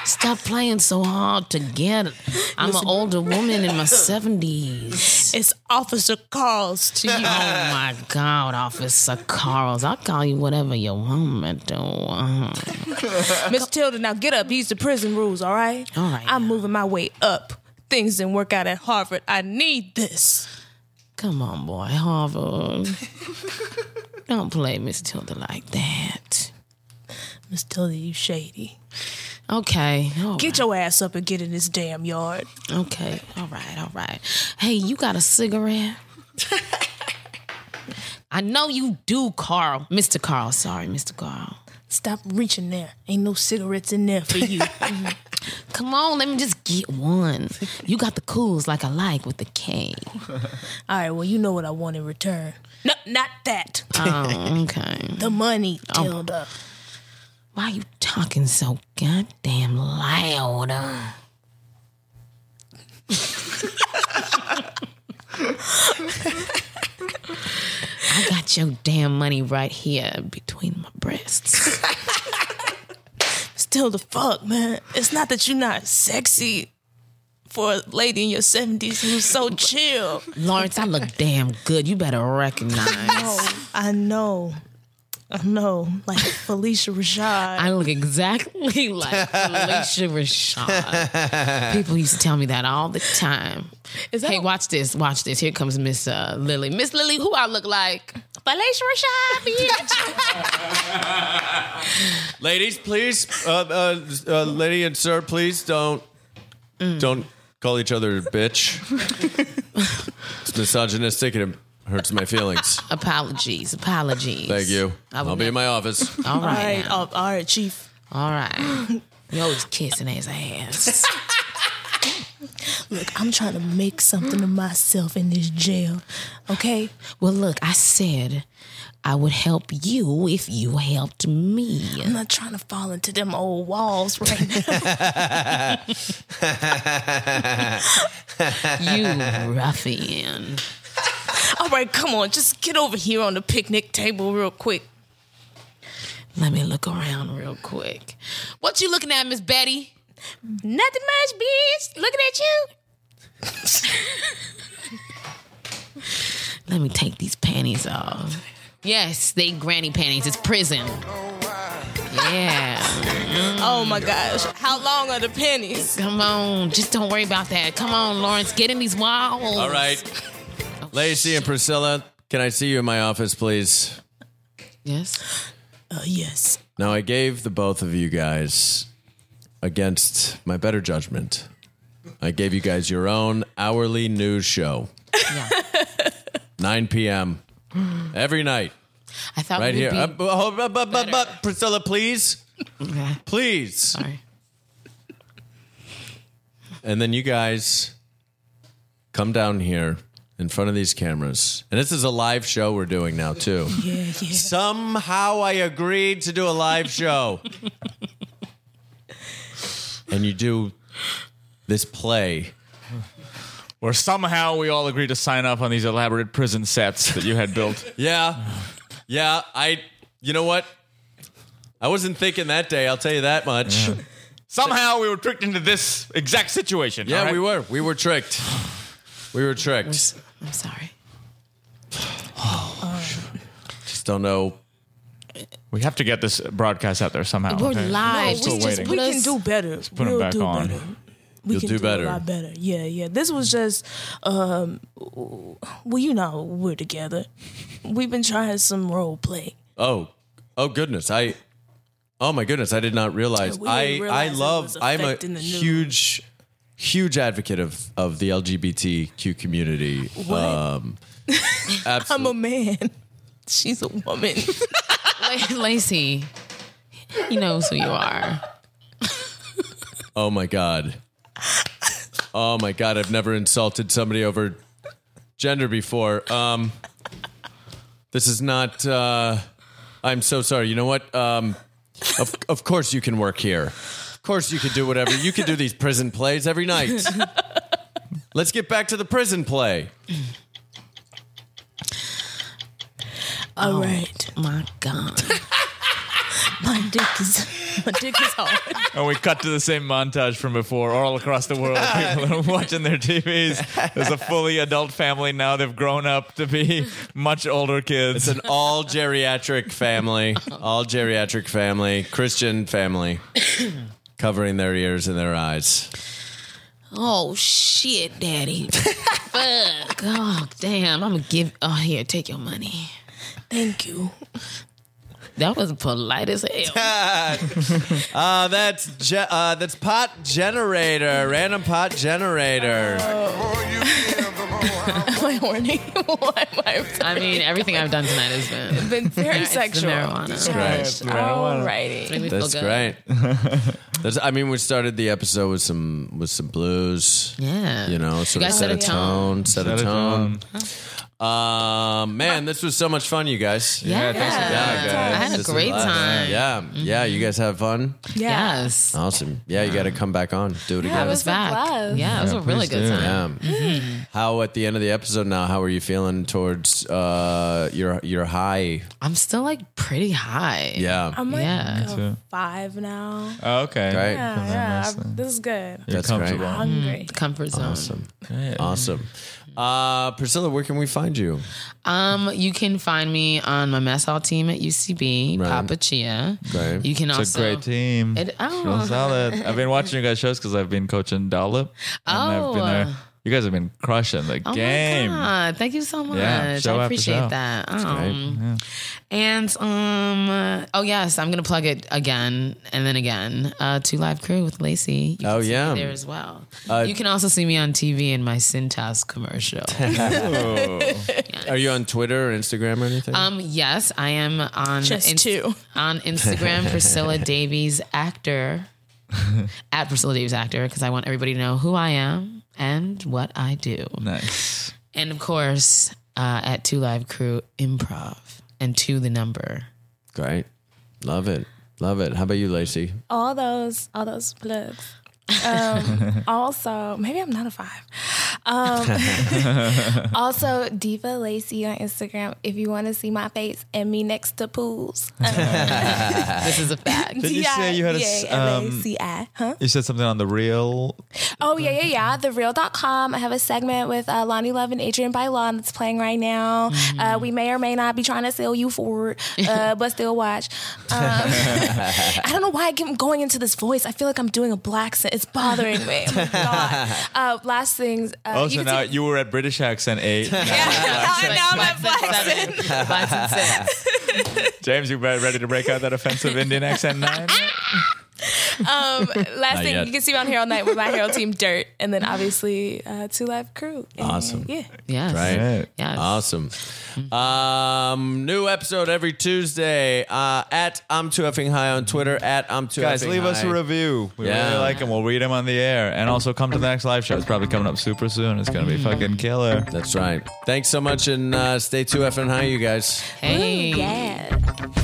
Speaker 6: Stop playing so hard to get. it. I'm an older woman in my 70s.
Speaker 1: It's Officer Calls to
Speaker 6: oh
Speaker 1: you.
Speaker 6: my God, Officer Carls. I'll call you whatever you want me to. Uh-huh.
Speaker 1: Miss Tilda, now get up. These the prison rules, all right?
Speaker 6: All right.
Speaker 1: I'm moving my way up. Things didn't work out at Harvard. I need this.
Speaker 6: Come on, boy, Harvard. Don't play Miss Tilda like that.
Speaker 1: Miss Tilda, you shady.
Speaker 6: Okay. all
Speaker 1: Get your ass up and get in this damn yard.
Speaker 6: right. okay. All right. All right. Hey, you got a cigarette? I know you do, Carl. Mr. Carl. Sorry, Mr. Carl.
Speaker 1: Stop reaching there. Ain't no cigarettes in there for you.
Speaker 6: Come on, let me just get one. You got the cools like I like with the K.
Speaker 1: all right, well, you know what I want in return. No, not that.
Speaker 6: Oh, okay.
Speaker 1: The money,
Speaker 6: Oh.
Speaker 1: Tilda.
Speaker 6: Why you talking so goddamn loud? I got your damn money right here between my breasts.
Speaker 1: Still the fuck, man. It's not that you're not sexy for a lady in your 70s who's so chill.
Speaker 6: Lawrence, I look damn good. You better recognize.
Speaker 1: I know. I know. Like Felicia Rashad.
Speaker 6: I look exactly like Felicia Rashad. People used to tell me that all the time. hey, watch this, watch this. Here comes Miss uh, Lily. Miss Lily, who I look like? Felicia Rashad, bitch.
Speaker 3: Ladies, please, uh, uh, uh, lady and sir, please don't don't call each other bitch. it's misogynistic and it hurts my feelings.
Speaker 6: apologies, apologies.
Speaker 3: Thank you.
Speaker 6: I would
Speaker 3: I'll be in my office.
Speaker 6: All
Speaker 1: all
Speaker 6: right,
Speaker 1: right,
Speaker 6: now.
Speaker 1: uh, all right, Chief.
Speaker 6: all right. You always kissing his ass.
Speaker 1: Look, I'm trying to make something of myself in this jail. Okay?
Speaker 6: well, look, I said I would help you if you helped me.
Speaker 1: I'm not trying to fall into them old walls right now.
Speaker 6: You ruffian.
Speaker 1: All right, come on, just get over here on the picnic table real quick.
Speaker 6: Let me look around real quick. What you looking at, Miss Betty?
Speaker 1: Nothing much, bitch. Looking at you.
Speaker 6: Let me take these panties off. Yes, they granny panties. It's prison. Yeah.
Speaker 1: Oh my gosh. How long are the pennies?
Speaker 6: Come on. Just don't worry about that. Come on, Lawrence. Get in these walls.
Speaker 3: All right, Lacey and Priscilla, can I see you in my office, please?
Speaker 6: Yes.
Speaker 1: Uh, yes.
Speaker 3: Now, I gave the both of you guys, against my better judgment, I gave you guys your own hourly news show. 9 p.m. every night,
Speaker 6: I thought
Speaker 3: right
Speaker 6: we'd
Speaker 3: here.
Speaker 6: be-
Speaker 3: Uh, bu- hold- bu- bu- bu- bu- Priscilla, please,
Speaker 6: Okay.
Speaker 3: please.
Speaker 6: Sorry.
Speaker 3: And then you guys come down here in front of these cameras. And this is a live show we're doing now, too.
Speaker 1: Yeah, yeah.
Speaker 3: Somehow I agreed to do a live show. and you do this play.
Speaker 5: Where somehow we all agreed to sign up on these elaborate prison sets that you had built.
Speaker 3: Yeah. Yeah, I you know what? I wasn't thinking that day, I'll tell you that much. Yeah,
Speaker 5: somehow we were tricked into this exact situation. all right?
Speaker 3: we were. We were tricked. We were tricked.
Speaker 6: I'm sorry.
Speaker 3: Just don't know.
Speaker 5: We have to get this broadcast out there
Speaker 3: Oh,
Speaker 5: somehow.
Speaker 6: We're
Speaker 5: okay?
Speaker 6: live.
Speaker 5: still
Speaker 1: we
Speaker 6: Just
Speaker 5: waiting.
Speaker 1: we
Speaker 6: put
Speaker 1: can
Speaker 6: us-
Speaker 1: do better.
Speaker 5: Put them
Speaker 1: we'll
Speaker 5: back
Speaker 1: do
Speaker 5: on.
Speaker 1: better. We
Speaker 3: You'll
Speaker 1: can
Speaker 3: do
Speaker 1: do,
Speaker 3: better.
Speaker 1: a lot better. Yeah, yeah. This was just, um, well, you know, we're together. We've been trying some role play.
Speaker 3: Oh, oh goodness. I Oh my goodness, I did not realize.
Speaker 1: We didn't
Speaker 3: I
Speaker 1: realize
Speaker 3: I
Speaker 1: it
Speaker 3: love
Speaker 1: was
Speaker 3: I'm a
Speaker 1: affecting the news.
Speaker 3: huge huge advocate of of the LGBTQ community. Um
Speaker 1: I'm a man. She's a woman.
Speaker 6: La- Lacey, he knows who you are.
Speaker 3: Oh my god. Oh my god, I've never insulted somebody over gender before. Um This is not uh I'm so sorry. You know what? Um of of course you can work here. Of course you can do whatever. You can do these prison plays every night. Let's get back to the prison play.
Speaker 1: All right. Oh
Speaker 6: My God.
Speaker 1: My dick is My dick is hard.
Speaker 5: And we cut to the same montage from before, all across the world. People are watching their TVs. There's a fully adult family now. They've grown up to be much older kids.
Speaker 3: It's an all geriatric family, all geriatric family, Christian family, covering their ears and their eyes.
Speaker 6: Oh shit, daddy. Fuck. Oh damn. I'm gonna give. Oh here, take your money.
Speaker 1: Thank you.
Speaker 6: That was polite as hell.
Speaker 3: Uh, that's ge- uh, that's pot generator, random pot generator.
Speaker 6: Oh,
Speaker 1: Am I horny? Why am I?
Speaker 6: I mean, everything I've done tonight has been
Speaker 1: Been very
Speaker 6: it's the
Speaker 1: sexual.
Speaker 6: marijuana.
Speaker 3: That's
Speaker 1: Gosh, Alrighty.
Speaker 6: Make me feel
Speaker 3: That's
Speaker 6: good.
Speaker 3: great. That's, I mean, we started the episode with some with some blues.
Speaker 6: Yeah.
Speaker 3: You know, sort of
Speaker 6: guys
Speaker 3: set a
Speaker 6: set a
Speaker 3: tone, set, a tone. Um, man, this was so much fun, you guys.
Speaker 6: Yeah.
Speaker 5: thanks for
Speaker 3: Yeah, guys.
Speaker 6: I had a
Speaker 3: This is
Speaker 6: great
Speaker 3: lot.
Speaker 6: time. Mm-hmm.
Speaker 3: Yeah, yeah. You guys have fun.
Speaker 1: Yeah.
Speaker 6: Yes.
Speaker 3: Awesome. Yeah, you got to come back on. Do it
Speaker 6: I
Speaker 3: again.
Speaker 6: was
Speaker 4: a
Speaker 6: back.
Speaker 4: blast.
Speaker 6: Yeah, it was a really good time.
Speaker 3: Yeah. How at the end of the episode now? How are you feeling towards uh, your your high?
Speaker 6: I'm still like pretty high.
Speaker 3: Yeah,
Speaker 4: Oh
Speaker 1: I'm like
Speaker 6: Yeah.
Speaker 1: a
Speaker 5: too.
Speaker 1: five now.
Speaker 5: Oh, okay.
Speaker 3: right.
Speaker 1: Yeah, yeah. I'm- This is good.
Speaker 5: You're
Speaker 3: That's
Speaker 5: comfortable.
Speaker 3: great.
Speaker 1: Hungry.
Speaker 6: Comfort zone.
Speaker 3: Awesome. Awesome. Uh, Priscilla, where can we find you?
Speaker 6: Um, you can find me on my mess hall team at UCB,
Speaker 3: Right.
Speaker 6: Papa Chia.
Speaker 3: Right.
Speaker 6: You can also
Speaker 5: It's a great team.
Speaker 6: It- oh.
Speaker 5: Real solid. I've been watching you guys shows because I've been coaching Dollop. And I've been
Speaker 6: Oh.
Speaker 5: there. You guys have been crushing the
Speaker 6: Oh
Speaker 5: game.
Speaker 6: my God. Thank you so much.
Speaker 5: Yeah, show
Speaker 6: I
Speaker 5: after show.
Speaker 6: appreciate that. Um, And um, uh, oh yes, I'm gonna plug it again and then again. Uh, Two Live Crew with Lacey. You can
Speaker 3: Oh,
Speaker 6: see me
Speaker 3: yeah.
Speaker 6: there as well.
Speaker 5: Uh,
Speaker 6: you can also see me on TV in my Cintas commercial.
Speaker 3: Are you on Twitter or Instagram or anything?
Speaker 6: um, yes, I am on
Speaker 1: Just
Speaker 6: Inst-
Speaker 1: two.
Speaker 6: on Instagram, Priscilla Davies actor at Priscilla Davies actor because I want everybody to know who I am and what I do.
Speaker 5: Nice.
Speaker 6: And of course, uh, at Two Live Crew Improv and two the number.
Speaker 3: Great. Love it. Love it. How about you, Lacey?
Speaker 4: all those all those plugs. Um, also, maybe I'm not a five. Um, also, Diva Lacey on Instagram if you want to see my face and me next to pools.
Speaker 6: This is a fact.
Speaker 5: Did you say you had a s- um,
Speaker 4: D-I-V-A-L-A-C-I, huh?
Speaker 5: You said something on the real.
Speaker 4: Oh, yeah, yeah, yeah. TheReal.com. I have a segment with uh, Lonnie Love and Adrian Bylon that's playing right now. Uh, we may or may not be trying to sell you for it, uh, but still watch. Um, I don't know why I keep going into this voice. I feel like I'm doing a black scent. It's bothering me. Oh, my God. Uh, last things. Uh,
Speaker 5: Oh, so
Speaker 4: can
Speaker 5: now
Speaker 4: see-
Speaker 5: you were at British accent eight.
Speaker 4: Yeah, now I'm at black scent.
Speaker 5: James, you re- ready to break out that offensive Indian accent nine?
Speaker 4: Um, last thing
Speaker 3: yet.
Speaker 4: you can see me on Harold Night with my Harold team Dirt, and then obviously uh, Two Live Crew. And,
Speaker 3: Awesome.
Speaker 4: Yeah.
Speaker 6: Yes.
Speaker 3: Right.
Speaker 6: Yes.
Speaker 3: Awesome. Um, new episode every Tuesday uh, at I'm Too Effing High on Twitter at I'm Too
Speaker 5: Guys,
Speaker 3: Effing
Speaker 5: leave us
Speaker 3: High.
Speaker 5: a review. We
Speaker 3: Yeah.
Speaker 5: really like them. We'll read them on the air. And also come to the next live show. It's probably coming up super soon. It's going to be fucking killer.
Speaker 3: That's right. Thanks so much, and uh, stay too effing high, you guys.
Speaker 6: Hey.
Speaker 4: Yeah.